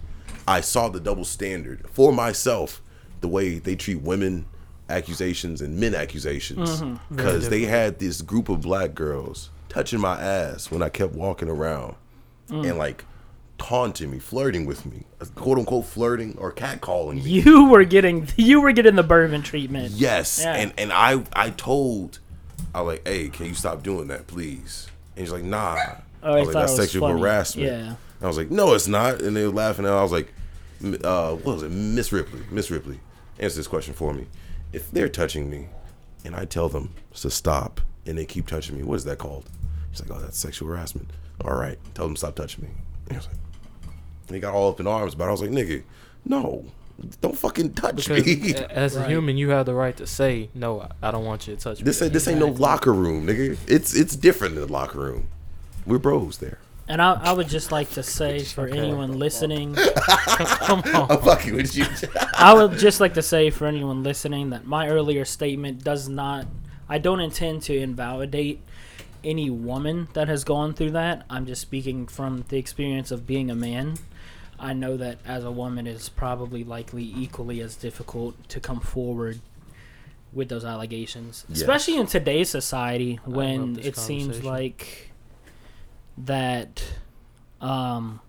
Speaker 1: I saw the double standard for myself, the way they treat women accusations and men accusations. Cause they had this group of black girls touching my ass when I kept walking around, and like taunting me, flirting with me, quote unquote flirting or catcalling me.
Speaker 7: You were getting you were getting the bourbon treatment.
Speaker 1: Yes,
Speaker 7: Yeah.
Speaker 1: and and I I told, I was like, hey, can you stop doing that, please? And she's like, nah.
Speaker 7: Oh,
Speaker 1: I
Speaker 7: I
Speaker 1: was like,
Speaker 7: thought
Speaker 1: that's
Speaker 7: it was
Speaker 1: sexual
Speaker 7: funny.
Speaker 1: harassment.
Speaker 7: Yeah.
Speaker 1: And I was like, no, it's not. And they were laughing. And I was like, m- uh, what was it, Miss Ripley? Miss Ripley, answer this question for me. If they're touching me, and I tell them to stop, and they keep touching me, what is that called? She's like, oh, that's sexual harassment. All right, tell them to stop touching me. And I was like, they got all up in arms, but I was like, nigga, no, don't fucking touch
Speaker 5: Because
Speaker 1: me.
Speaker 5: a- as a human, you have the right to say no. I- I don't want you to touch me.
Speaker 1: This ain't this ain't no locker room, nigga. It's it's different than the locker room. We're bros there.
Speaker 7: And I, I would just like to say for anyone listening
Speaker 1: I'm fucking with you.
Speaker 7: I would just like to say for anyone listening that my earlier statement does not. I don't intend to invalidate any woman that has gone through that. I'm just speaking from the experience of being a man. I know that as a woman, it's probably likely equally as difficult to come forward with those allegations,
Speaker 1: Yes.
Speaker 7: especially in today's society when
Speaker 5: this
Speaker 7: it seems
Speaker 5: conversation.
Speaker 7: like that um,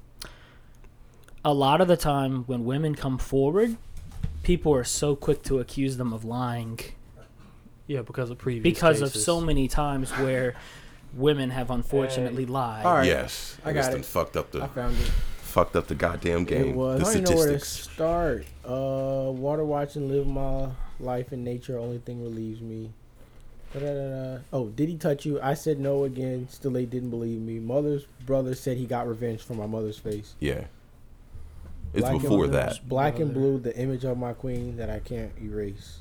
Speaker 7: a lot of the time when women come forward, people are so quick to accuse them of lying
Speaker 5: Yeah, because of previous
Speaker 7: because of
Speaker 5: cases.
Speaker 7: so many times where women have unfortunately lied.
Speaker 3: All right.
Speaker 1: Yes,
Speaker 3: I
Speaker 1: And it's
Speaker 3: got
Speaker 1: done
Speaker 3: it.
Speaker 1: fucked up the
Speaker 3: I found it.
Speaker 1: fucked up the goddamn game.
Speaker 3: It was.
Speaker 1: The
Speaker 3: I don't even know where to
Speaker 1: statistics.
Speaker 3: start. Uh, water watching, live my life in nature. Only thing relieves me. Da-da-da-da. Oh, did he touch you? I said no again. Still, they didn't believe me. Mother's brother said he got revenge for my mother's face.
Speaker 1: Yeah, it's
Speaker 3: Black and
Speaker 1: before
Speaker 3: blue-
Speaker 1: that.
Speaker 3: Black and
Speaker 5: Brother.
Speaker 3: blue, the image of my queen that I can't erase.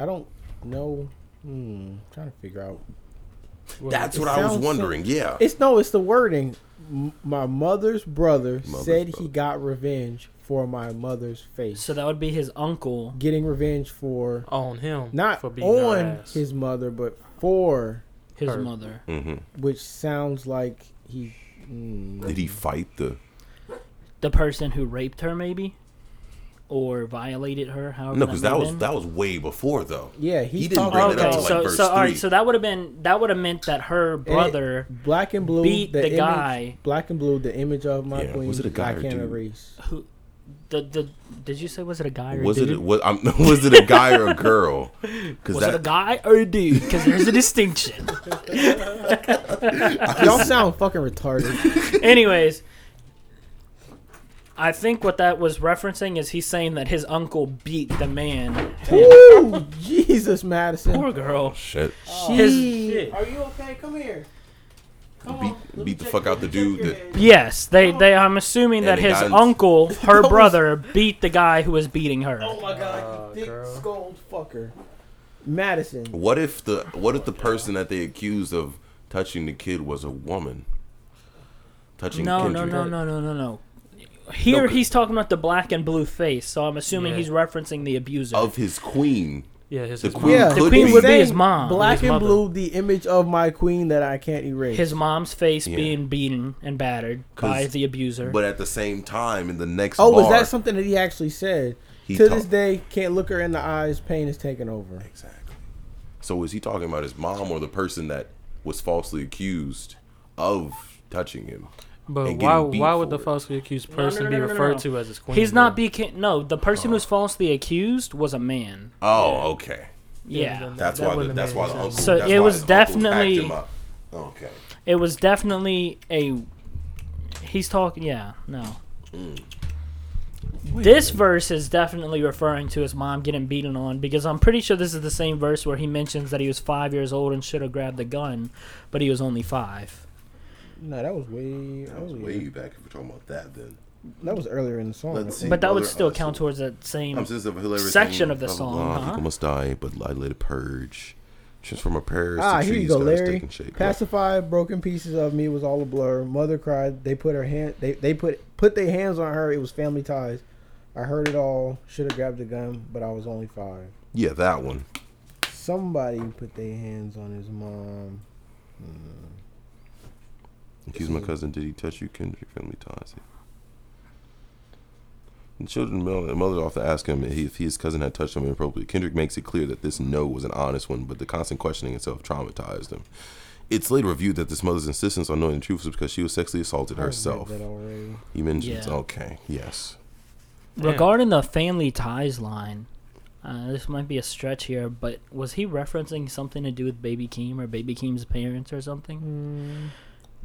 Speaker 3: I don't know. Hmm, trying to figure out.
Speaker 5: Well,
Speaker 1: That's
Speaker 3: It
Speaker 1: what I was
Speaker 3: sounds so-
Speaker 1: wondering. yeah,
Speaker 3: It's no, it's the wording. M- my mother's brother
Speaker 1: Mother's
Speaker 3: said he
Speaker 1: brother.
Speaker 3: got revenge for my mother's face.
Speaker 7: So that would be his uncle.
Speaker 3: Getting revenge for
Speaker 5: on him,
Speaker 3: not
Speaker 5: for being her
Speaker 3: on
Speaker 5: ass.
Speaker 3: his mother, but for,
Speaker 7: His
Speaker 5: Her.
Speaker 7: mother.
Speaker 1: hmm
Speaker 3: which sounds like he. Mm,
Speaker 1: did he fight the?
Speaker 7: The person who raped her, maybe? Or violated her, however
Speaker 1: No, because
Speaker 7: may
Speaker 1: that
Speaker 7: have
Speaker 1: was
Speaker 7: been.
Speaker 1: that was way before though.
Speaker 3: yeah, he's
Speaker 1: He didn't
Speaker 3: talking
Speaker 1: bring it up
Speaker 7: Okay,
Speaker 1: to,
Speaker 3: about
Speaker 1: like,
Speaker 7: so
Speaker 1: verse
Speaker 7: so all
Speaker 1: three.
Speaker 7: right, so that would have been that would have meant that her brother,
Speaker 3: black and blue.
Speaker 7: beat the
Speaker 3: image-
Speaker 7: guy.
Speaker 3: Black and blue, the image of my
Speaker 1: Yeah,
Speaker 3: queen.
Speaker 1: was it a guy
Speaker 3: I
Speaker 1: or
Speaker 3: can't
Speaker 1: dude?
Speaker 3: erase.
Speaker 7: who, the the did you say was it a guy or
Speaker 1: Was
Speaker 7: a dude?
Speaker 1: it was, I'm, was it a guy or a girl? Because
Speaker 7: was it a guy or a dude? Because there's a distinction.
Speaker 3: Y'all sound fucking retarded.
Speaker 7: Anyways, I think what that was referencing is he's saying that his uncle beat the man.
Speaker 3: Woo, Jesus, Madison.
Speaker 7: Poor girl.
Speaker 1: shit
Speaker 3: She, Are you okay? Come here. Oh,
Speaker 1: beat beat the fuck out the dude that
Speaker 7: Yes, they they. I'm assuming
Speaker 1: And
Speaker 7: that
Speaker 1: the
Speaker 7: his
Speaker 1: guys-
Speaker 7: uncle, her
Speaker 3: That was-
Speaker 7: brother, beat the guy who was beating her.
Speaker 3: Oh my god, you thick skulled fucker. Madison.
Speaker 1: What if the what if the person that they accused of touching the kid was a woman? Touching
Speaker 7: No, no,
Speaker 1: Kendrick.
Speaker 7: no, no, no, no, no. Here
Speaker 1: No, 'cause-
Speaker 7: he's talking about the black and blue face, so I'm assuming
Speaker 5: Yeah.
Speaker 7: he's referencing the abuser.
Speaker 1: Of his queen.
Speaker 5: yeah, his,
Speaker 1: The
Speaker 5: his
Speaker 1: queen
Speaker 5: mom.
Speaker 1: could
Speaker 7: queen
Speaker 1: be.
Speaker 7: would be his mom,
Speaker 3: Black
Speaker 5: his
Speaker 3: and
Speaker 5: mother.
Speaker 3: blue, the image of my queen that I can't erase.
Speaker 7: his mom's face
Speaker 1: Yeah.
Speaker 7: being beaten and battered by
Speaker 1: 'Cause-
Speaker 7: the abuser.
Speaker 1: but at the same time in the next
Speaker 3: oh,
Speaker 1: bar,
Speaker 3: is that something that he actually said?
Speaker 1: he
Speaker 3: to
Speaker 1: talk-
Speaker 3: this day, can't look her in the eyes. Pain is taking over.
Speaker 1: Exactly. So is he talking about his mom or the person that was falsely accused of touching him?
Speaker 5: But
Speaker 1: and
Speaker 5: why?
Speaker 1: getting beat
Speaker 5: Why would the
Speaker 1: for it.
Speaker 5: falsely accused
Speaker 7: no,
Speaker 5: person
Speaker 7: no,
Speaker 5: be
Speaker 7: no, no,
Speaker 5: referred
Speaker 7: no.
Speaker 5: to as his queen?
Speaker 7: he's not
Speaker 5: bro?
Speaker 7: beca- no, the person who's falsely accused was a man.
Speaker 1: Oh, okay.
Speaker 7: Yeah.
Speaker 5: then
Speaker 1: That's
Speaker 5: that
Speaker 1: why the,
Speaker 5: wouldn't
Speaker 1: that's
Speaker 5: make
Speaker 1: why the
Speaker 5: any
Speaker 1: uncle
Speaker 5: sense.
Speaker 7: So
Speaker 1: that's
Speaker 7: it
Speaker 1: why
Speaker 7: was
Speaker 1: his uncle packed
Speaker 7: definitely-
Speaker 1: him up. Okay.
Speaker 7: it was definitely a he's talking yeah no
Speaker 1: Hmm.
Speaker 7: this verse is definitely referring to his mom getting beaten on because i'm pretty sure this is the same verse where he mentions that he was five years old and should have grabbed the gun but he was only five
Speaker 3: No, that was way.
Speaker 1: That
Speaker 7: Oh,
Speaker 1: was way back if we're talking about that then.
Speaker 3: That was earlier in the song.
Speaker 1: Let's see.
Speaker 7: but that would
Speaker 1: Mother
Speaker 7: still
Speaker 1: Us
Speaker 7: count
Speaker 1: is-
Speaker 7: towards that same
Speaker 1: I'm just a hilarious
Speaker 7: section
Speaker 1: thing,
Speaker 7: of the
Speaker 1: blah, blah,
Speaker 7: song,
Speaker 1: blah. I
Speaker 7: huh?
Speaker 1: think I must die, but I let it purge. Transform a prayers
Speaker 3: Ah,
Speaker 1: to
Speaker 3: here
Speaker 1: trees
Speaker 3: you go,
Speaker 1: that are
Speaker 3: Larry.
Speaker 1: taking shape.
Speaker 3: Pacified, broken pieces of me was all a blur. Mother cried. They put her hand. They they put put their hands on her. It was family ties. I heard it all. Should have grabbed a gun, but I was only five.
Speaker 1: Yeah, that one.
Speaker 3: Somebody put their hands on his mom. Hmm.
Speaker 1: Accuse my cousin, did he touch you, Kendrick? Family ties. The children mel- and mother often ask him if his cousin had touched him inappropriately. Kendrick makes it clear that this no was an honest one, but the constant questioning itself traumatized him. It's later reviewed that this mother's insistence on knowing the truth was because she was sexually assaulted
Speaker 3: I read
Speaker 1: herself.
Speaker 3: that already.
Speaker 1: He mentions,
Speaker 7: Yeah.
Speaker 1: okay, yes.
Speaker 5: Damn.
Speaker 7: regarding the family ties line uh, this might be a stretch here but was he referencing something to do with baby keem or baby keem's parents or something
Speaker 1: Mm-hmm.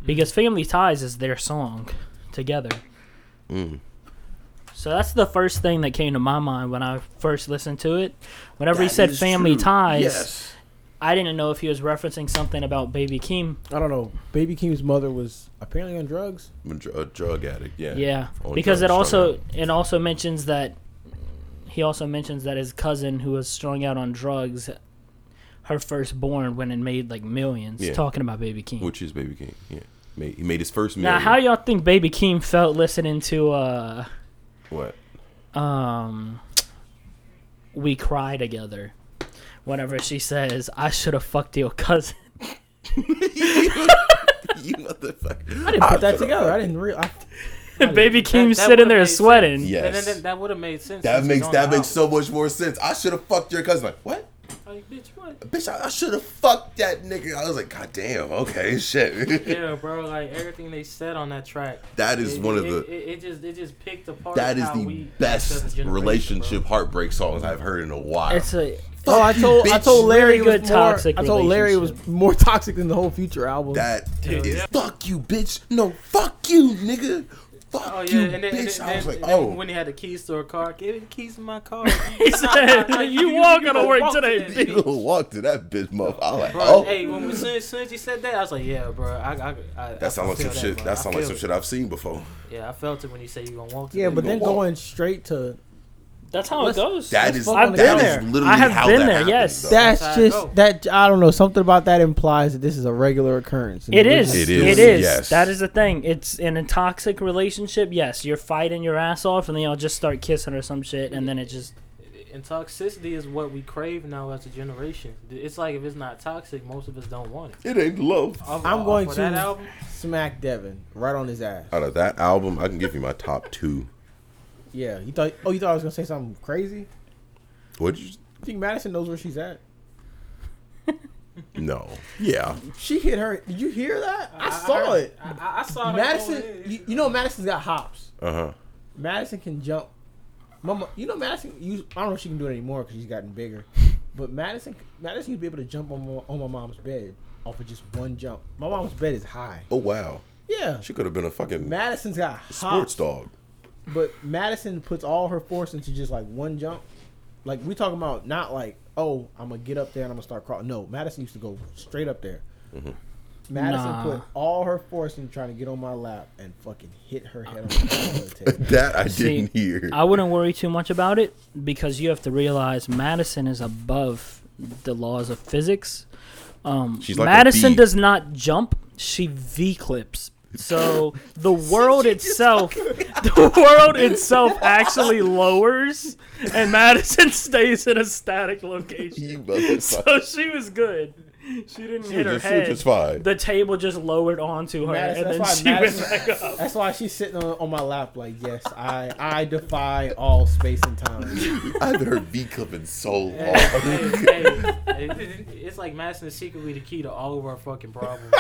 Speaker 7: because family ties is their song together
Speaker 1: Mm.
Speaker 7: So that's the first thing that came to my mind when I first listened to it. Whenever he
Speaker 1: That
Speaker 7: said
Speaker 1: is
Speaker 7: family
Speaker 1: true.
Speaker 7: ties,
Speaker 1: Yes.
Speaker 7: I didn't know if he was referencing something about Baby Keem.
Speaker 3: I don't know. Baby Keem's mother was apparently on drugs.
Speaker 1: A dr- a drug addict, yeah.
Speaker 7: Yeah,
Speaker 1: On
Speaker 7: because it
Speaker 1: drugs, strung
Speaker 7: also it also mentions that he also mentions that his cousin who was strung out on drugs, her firstborn went and made like millions.
Speaker 1: Yeah.
Speaker 7: Talking about Baby Keem.
Speaker 1: Which is Baby King. Yeah, made, he made his first meal.
Speaker 7: now, how y'all think Baby Keem felt listening to uh
Speaker 1: what?
Speaker 7: um we cry together? Whenever she says, "I should have fucked your cousin."
Speaker 1: you motherfucker.
Speaker 3: I didn't put that together. I didn't real. I,
Speaker 7: Baby Keem's
Speaker 5: that
Speaker 7: sitting
Speaker 5: would've
Speaker 7: there
Speaker 5: made sense.
Speaker 7: sweating.
Speaker 5: Then, then,
Speaker 1: Yes.
Speaker 5: then that would have made sense.
Speaker 1: That
Speaker 5: since
Speaker 1: makes
Speaker 5: he's on
Speaker 1: that
Speaker 5: the
Speaker 1: makes so much more sense. I should have fucked your cousin. Like, what?
Speaker 5: album. Like, bitch, what?
Speaker 1: Bitch, I, I should have fucked that nigga. I was like, God damn, okay, shit.
Speaker 5: Yeah, bro. Like everything they said on that track.
Speaker 1: that is
Speaker 5: it,
Speaker 1: one of
Speaker 5: it-
Speaker 1: the
Speaker 5: It, it just it just picked apart.
Speaker 1: that is
Speaker 5: how we
Speaker 1: the
Speaker 5: as a
Speaker 1: best
Speaker 5: generation, bro.
Speaker 1: relationship heartbreak songs I've heard in a while.
Speaker 7: It's a
Speaker 3: oh, I told I
Speaker 1: bitch.
Speaker 3: told Larry
Speaker 7: Really
Speaker 3: it
Speaker 7: good
Speaker 3: was more.
Speaker 7: toxic
Speaker 3: I told Larry it was more toxic than the whole Future album.
Speaker 1: That is
Speaker 5: Hell yeah.
Speaker 1: fuck you, bitch. No, fuck you, nigga. Fuck
Speaker 5: Oh yeah,
Speaker 1: you,
Speaker 5: and then, and
Speaker 1: bitch.
Speaker 5: then,
Speaker 1: I was like,
Speaker 5: and then
Speaker 1: oh,
Speaker 5: when he had the keys to her car, give me the keys to my car.
Speaker 7: He said, "You all gotta work today, bitch."
Speaker 1: you gonna walk to that bitch, motherfucker. I was like,
Speaker 5: Bro,
Speaker 1: oh,
Speaker 5: hey, when as soon, as soon as you said that, I was like, yeah, bro. I, I, I I
Speaker 1: that sounds like some
Speaker 5: feel
Speaker 1: shit.
Speaker 5: bro.
Speaker 1: That
Speaker 5: I
Speaker 1: sounds like
Speaker 5: feel
Speaker 1: some
Speaker 5: it.
Speaker 1: shit I've seen before.
Speaker 5: Yeah, I felt it when you said you gonna walk.
Speaker 3: yeah,
Speaker 5: today.
Speaker 3: but then
Speaker 1: Go on.
Speaker 3: going straight to
Speaker 7: that's how it
Speaker 3: Let's-
Speaker 7: goes.
Speaker 1: That
Speaker 3: Let's
Speaker 1: is
Speaker 3: fuck
Speaker 1: that
Speaker 3: on
Speaker 1: is
Speaker 3: the there.
Speaker 1: literally
Speaker 7: I have
Speaker 1: how
Speaker 7: been
Speaker 1: that
Speaker 7: there,
Speaker 1: happened,
Speaker 7: yes.
Speaker 1: though.
Speaker 3: that's
Speaker 5: That's how it
Speaker 3: just
Speaker 5: go.
Speaker 3: that I don't know something about that implies that this is a regular occurrence.
Speaker 7: It is.
Speaker 1: It
Speaker 7: It
Speaker 1: is,
Speaker 7: is.
Speaker 1: yes.
Speaker 7: That is the thing. It's in a toxic relationship. Yes, you're fighting your ass off, and then y'all just start kissing or some shit, and then it just
Speaker 5: and toxicity is what we crave now as a generation. It's like if it's not toxic, most of us don't want it.
Speaker 1: It ain't love.
Speaker 5: Off-
Speaker 3: I'm
Speaker 5: off
Speaker 3: going
Speaker 5: of
Speaker 3: to-
Speaker 5: that album.
Speaker 3: smack Devin right on his ass.
Speaker 1: Out of that album, I can give you my top two.
Speaker 3: Yeah, you thought. Oh, you thought I was gonna say something crazy?
Speaker 1: What? You,
Speaker 3: You think Madison knows where she's at?
Speaker 1: no. Yeah.
Speaker 3: She hit her. Did you hear that? I, saw
Speaker 5: heard-
Speaker 3: it.
Speaker 5: I, I- I saw that
Speaker 3: Madison,
Speaker 5: going in.
Speaker 3: you, you know Madison's got hops.
Speaker 1: Uh huh.
Speaker 3: Madison can jump. Mama, you know Madison. You, I don't know if she can do it anymore because she's gotten bigger. But Madison, Madison used to be able to jump on my, on my mom's bed off of just one jump. My mom's bed is high.
Speaker 1: Oh wow.
Speaker 3: Yeah,
Speaker 1: She could have been a fucking
Speaker 3: Madison's got
Speaker 1: sports
Speaker 3: hops,
Speaker 1: dog.
Speaker 3: but Madison puts all her force into just like one jump. Like we talking about, not like oh, I'm gonna get up there and I'm gonna start crawling. No, Madison used to go straight up there. Madison
Speaker 7: Nah.
Speaker 3: put all her force into trying to get on my lap and fucking hit her head on the table.
Speaker 1: That I
Speaker 7: See,
Speaker 1: didn't hear.
Speaker 7: I wouldn't worry too much about it because you have to realize Madison is above the laws of physics. Um,
Speaker 1: She's like a
Speaker 7: Madison
Speaker 1: bee.
Speaker 7: does not jump; she V clips. So the world itself, the world itself actually lowers, and Madison stays in a static location.
Speaker 1: you motherfucker.
Speaker 7: So she was good. She didn't
Speaker 1: She was just-
Speaker 7: hit her
Speaker 1: she was
Speaker 7: head.
Speaker 1: just fine.
Speaker 7: The table just lowered onto her,
Speaker 3: Madison-
Speaker 7: and then
Speaker 3: that's
Speaker 7: she
Speaker 3: why
Speaker 7: went
Speaker 3: Madison-
Speaker 7: back up.
Speaker 3: That's why she's sitting on, on my lap like, yes, I I defy all space and time.
Speaker 1: I haven't heard V Clip in so long.
Speaker 5: hey, hey, it- it- it's like Madison is secretly the key to all of our fucking problems.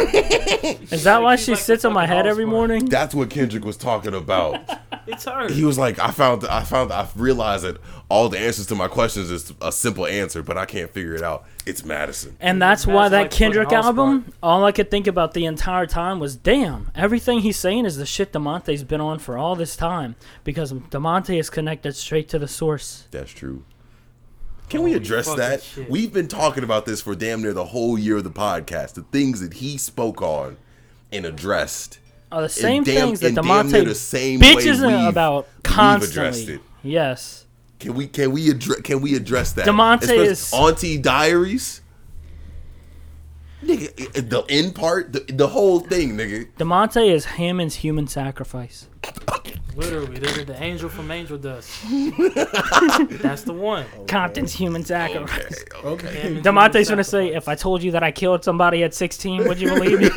Speaker 7: Is that why
Speaker 5: she's
Speaker 7: she
Speaker 5: like the
Speaker 7: sits on my
Speaker 5: fucking
Speaker 7: head every
Speaker 5: house
Speaker 7: morning?
Speaker 1: That's what Kendrick was talking about.
Speaker 5: It's her.
Speaker 1: He was like, I found, I found, I realized that all the answers to my questions is a simple answer, but I can't figure it out. It's Madison.
Speaker 7: And that's
Speaker 5: That's
Speaker 7: why that
Speaker 5: like fucking
Speaker 7: Kendrick
Speaker 5: Allspark.
Speaker 7: album, all I could think about the entire time was, damn, everything he's saying is the shit Demonte's been on for all this time because Demonte is connected straight to the source.
Speaker 1: That's true. Can we
Speaker 5: Holy
Speaker 1: address
Speaker 5: fucking
Speaker 1: that?
Speaker 5: shit.
Speaker 1: We've been talking about this for damn near the whole year of the podcast. The things that he spoke on and addressed.
Speaker 7: Are the
Speaker 1: And
Speaker 7: same
Speaker 1: damn-
Speaker 7: things that
Speaker 1: and damn near
Speaker 7: Demonte
Speaker 1: the same way
Speaker 7: bitches
Speaker 1: we've-
Speaker 7: about
Speaker 1: we've addressed
Speaker 7: constantly.
Speaker 1: it.
Speaker 7: Yes.
Speaker 1: Can we can we address can we address that?
Speaker 7: Demonte
Speaker 1: Especially
Speaker 7: is-
Speaker 1: Auntie Diaries. Nigga, i- i- the end part, the, the whole thing, nigga.
Speaker 7: Demonte is Hammond's human sacrifice.
Speaker 5: Literally, this is the angel from Angel Dust. That's the one.
Speaker 3: Oh.
Speaker 7: Compton's human sacrifice.
Speaker 3: Okay.
Speaker 5: Damn it,
Speaker 7: Demonte's gonna
Speaker 5: sacrifice.
Speaker 7: say, if I told you that I killed somebody at 16, would you believe me?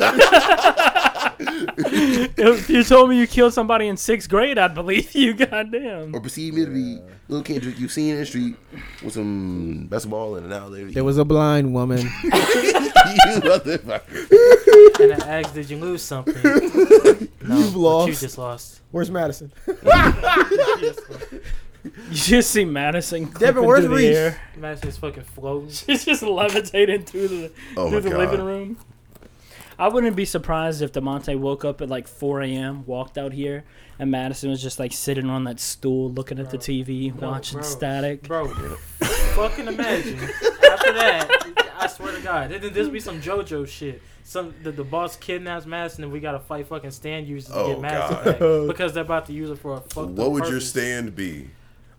Speaker 7: if you told me you killed somebody in sixth grade, I'd believe you. Goddamn.
Speaker 1: Or perceive me to be little Kendrick you seen in the street with some basketball and an outlet.
Speaker 3: There was a blind woman.
Speaker 1: you motherfucker.
Speaker 5: and I asked, did you lose something? No,
Speaker 3: You've
Speaker 5: but You
Speaker 3: lost.
Speaker 5: just lost.
Speaker 3: Where's Madison?
Speaker 7: You just see Madison
Speaker 3: Devin,
Speaker 7: clipping
Speaker 3: where's
Speaker 7: through
Speaker 3: Reese?
Speaker 7: the air.
Speaker 5: Madison's fucking floating.
Speaker 7: She's just levitating through the
Speaker 1: Oh my
Speaker 7: through the living
Speaker 1: god.
Speaker 7: room. I wouldn't be surprised if Demonte woke up at like 4 a.m., walked out here, and Madison was just like sitting on that stool, looking at the
Speaker 5: Bro.
Speaker 7: TV,
Speaker 5: No,
Speaker 7: watching
Speaker 5: bro.
Speaker 7: static.
Speaker 5: Bro, fucking imagine. After that, I swear to God, this this be some JoJo shit. Some the, the boss kidnaps Madison, and we gotta fight fucking stand users to
Speaker 1: Oh,
Speaker 5: get Madison
Speaker 1: God.
Speaker 5: back because they're about to use it for a fuck.
Speaker 1: What would your stand be?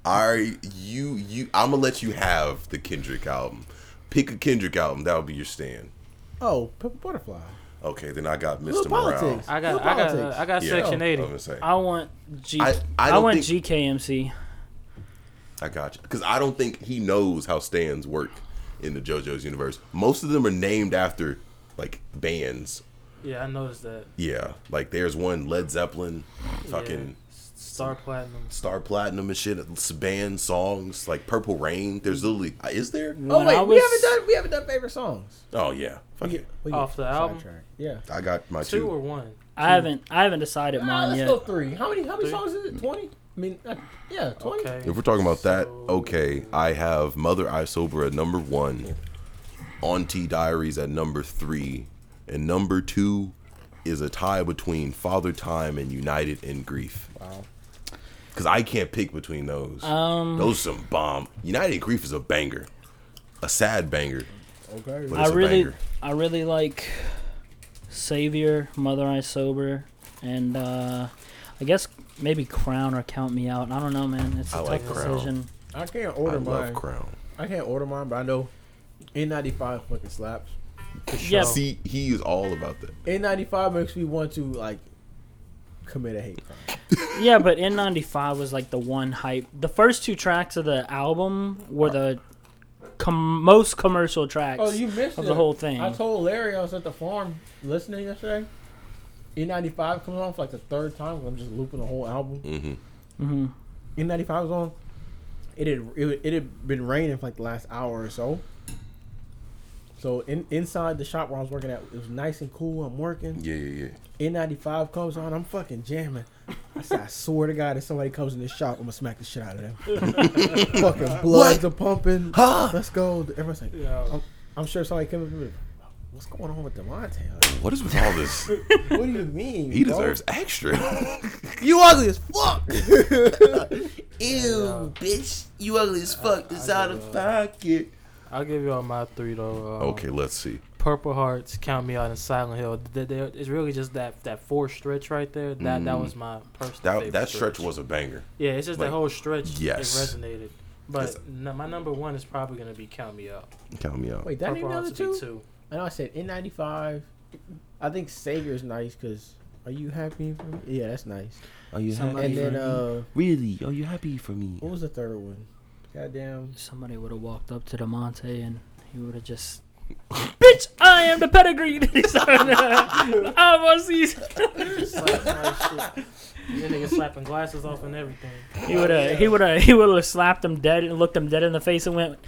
Speaker 1: I you you I'ma let you have the Kendrick album. Pick a Kendrick album, that would be your stand.
Speaker 3: Oh, Pepper Butterfly.
Speaker 1: Okay, then I got Mr.
Speaker 3: Little
Speaker 1: Morale.
Speaker 3: politics.
Speaker 5: I got,
Speaker 3: Little
Speaker 5: I got,
Speaker 3: politics.
Speaker 5: I got
Speaker 1: Yeah,
Speaker 5: Section
Speaker 1: I was
Speaker 5: Eighty.
Speaker 1: gonna say.
Speaker 7: I want G.
Speaker 1: I-
Speaker 7: I,
Speaker 1: I don't
Speaker 7: want
Speaker 1: think-
Speaker 7: GKMC.
Speaker 1: I got you. Because I don't think he knows how stands work in the JoJo's universe. Most of them are named after like bands.
Speaker 5: Yeah, I noticed that.
Speaker 1: Yeah, like there's one Led Zeppelin, fucking
Speaker 5: Yeah. Star Platinum.
Speaker 1: Star Platinum and shit. It's band songs like Purple Rain. There's literally is there?
Speaker 3: Oh
Speaker 7: When
Speaker 3: wait,
Speaker 7: I
Speaker 3: we
Speaker 7: was-
Speaker 3: haven't done we haven't done favorite songs.
Speaker 1: Oh yeah, fuck it.
Speaker 3: We
Speaker 5: Off
Speaker 3: get
Speaker 5: the album?
Speaker 3: sidetracked. Yeah.
Speaker 1: I got my
Speaker 5: Two
Speaker 1: two.
Speaker 5: or one?
Speaker 7: I haven't I haven't decided
Speaker 3: Ah,
Speaker 7: mine
Speaker 3: let's
Speaker 7: yet.
Speaker 3: go three. How many how many
Speaker 5: Three.
Speaker 3: songs is it? Twenty? I mean, uh, yeah, twenty.
Speaker 5: Okay.
Speaker 1: If we're talking about that,
Speaker 5: So-
Speaker 1: okay, I have Mother I Sober at number one, Auntie Diaries at number three, and number two is a tie between Father Time and United in Grief. Wow. Because I can't pick between those. Um, those some bomb. United in Grief is a banger, a sad banger.
Speaker 3: Okay.
Speaker 1: But
Speaker 7: I
Speaker 1: it's a
Speaker 7: really
Speaker 1: banger.
Speaker 7: I really like Savior, Mother I Sober, and uh, I guess maybe Crown or Count Me Out. I don't know, man. It's a
Speaker 1: I
Speaker 7: tough
Speaker 1: like Crown.
Speaker 7: decision.
Speaker 3: I can't
Speaker 1: I
Speaker 3: order
Speaker 1: love
Speaker 3: mine.
Speaker 1: Crown.
Speaker 3: I can't order mine, but I know N95 fucking slaps.
Speaker 7: Yeah.
Speaker 1: See, he is all about that.
Speaker 3: N95 makes me want to like commit a hate crime.
Speaker 7: yeah, but N95 was like the one hype. The first two tracks of the album were the com- most commercial tracks.
Speaker 3: Oh, you missed
Speaker 7: of
Speaker 3: it.
Speaker 7: the whole thing.
Speaker 3: I told Larry I was at the farm listening yesterday. N95 comes on for like the third time. 'cause I'm just looping the whole album.
Speaker 1: hmm
Speaker 7: hmm
Speaker 3: N95 was on. It had it, it had been raining for like the last hour or so. So in, inside the shop where I was working at, it was nice and cool. I'm working.
Speaker 1: Yeah, yeah, yeah.
Speaker 3: N95 comes on. I'm fucking jamming. I said, I swear to God, if somebody comes in this shop, I'm gonna smack the shit out of them. fucking bloods are pumping.
Speaker 1: Huh?
Speaker 3: Let's go. Everyone's like,
Speaker 5: Yeah.
Speaker 3: I'm, I'm sure somebody came up to me. like, What's going on with Demonte?
Speaker 1: What is with all this?
Speaker 3: Like, what do you mean?
Speaker 1: He
Speaker 3: bro?
Speaker 1: deserves extra.
Speaker 3: You ugly as fuck.
Speaker 5: Ew,
Speaker 1: bitch. You ugly as fuck. This
Speaker 5: out of
Speaker 1: pocket.
Speaker 5: I'll give y'all my three though. Um,
Speaker 1: Okay, let's see.
Speaker 5: Purple Hearts, Count Me Out, and Silent Hill. Th- they- it's really just that that four stretch right there. That that was my personal.
Speaker 1: Mm. That
Speaker 5: favorite
Speaker 1: that stretch was a banger.
Speaker 5: Yeah, it's just
Speaker 1: like,
Speaker 5: that whole stretch.
Speaker 1: yes.
Speaker 5: It resonated. But
Speaker 1: It's-
Speaker 5: n- my number one is probably gonna be Count Me Out.
Speaker 1: Count me out.
Speaker 3: Wait, that ain't
Speaker 5: Purple
Speaker 3: another
Speaker 5: Hearts would
Speaker 3: two?
Speaker 5: be two.
Speaker 3: I know I said N95. I think Savior's nice because. Are you happy? For me? Yeah, that's nice.
Speaker 1: Are you
Speaker 7: Somebody-
Speaker 3: And then, uh,
Speaker 1: Really? Are you happy for me?
Speaker 3: what was the third one? Goddamn.
Speaker 7: Somebody would have walked up to Demonte and he would have just. Bitch, I am the pedigree. I was these.
Speaker 5: Slap my shit. That nigga slapping glasses off and everything.
Speaker 7: He would
Speaker 1: Oh,
Speaker 7: have. He would have. He would have slapped him dead and looked him dead in the face and went,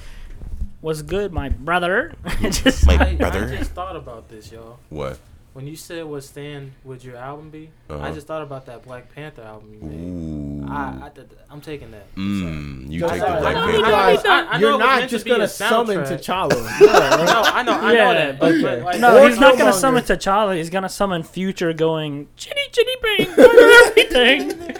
Speaker 7: "What's good, my brother?" Just
Speaker 1: My
Speaker 5: I,
Speaker 1: brother.
Speaker 5: I just thought about this, y'all.
Speaker 1: What?
Speaker 5: When you said what stand would your album be, I
Speaker 1: Uh-huh.
Speaker 5: just thought about that Black Panther album you made.
Speaker 1: Ooh.
Speaker 5: I, I did, I'm taking that.
Speaker 1: mm, you
Speaker 3: Guys,
Speaker 1: take the
Speaker 3: I-
Speaker 1: black
Speaker 3: I-
Speaker 1: panther.
Speaker 3: I-
Speaker 5: Guys, I- I know it
Speaker 3: You're
Speaker 5: was
Speaker 3: not
Speaker 5: meant
Speaker 3: just
Speaker 5: be a
Speaker 3: gonna summon
Speaker 5: soundtrack.
Speaker 3: T'Challa.
Speaker 5: No, I know, I
Speaker 7: Yeah,
Speaker 5: know that. But,
Speaker 3: okay.
Speaker 5: but like,
Speaker 7: no,
Speaker 3: Or
Speaker 7: he's not gonna
Speaker 3: Killmonger.
Speaker 7: summon T'Challa. He's gonna summon Future, going chitty chitty bang, bang, everything.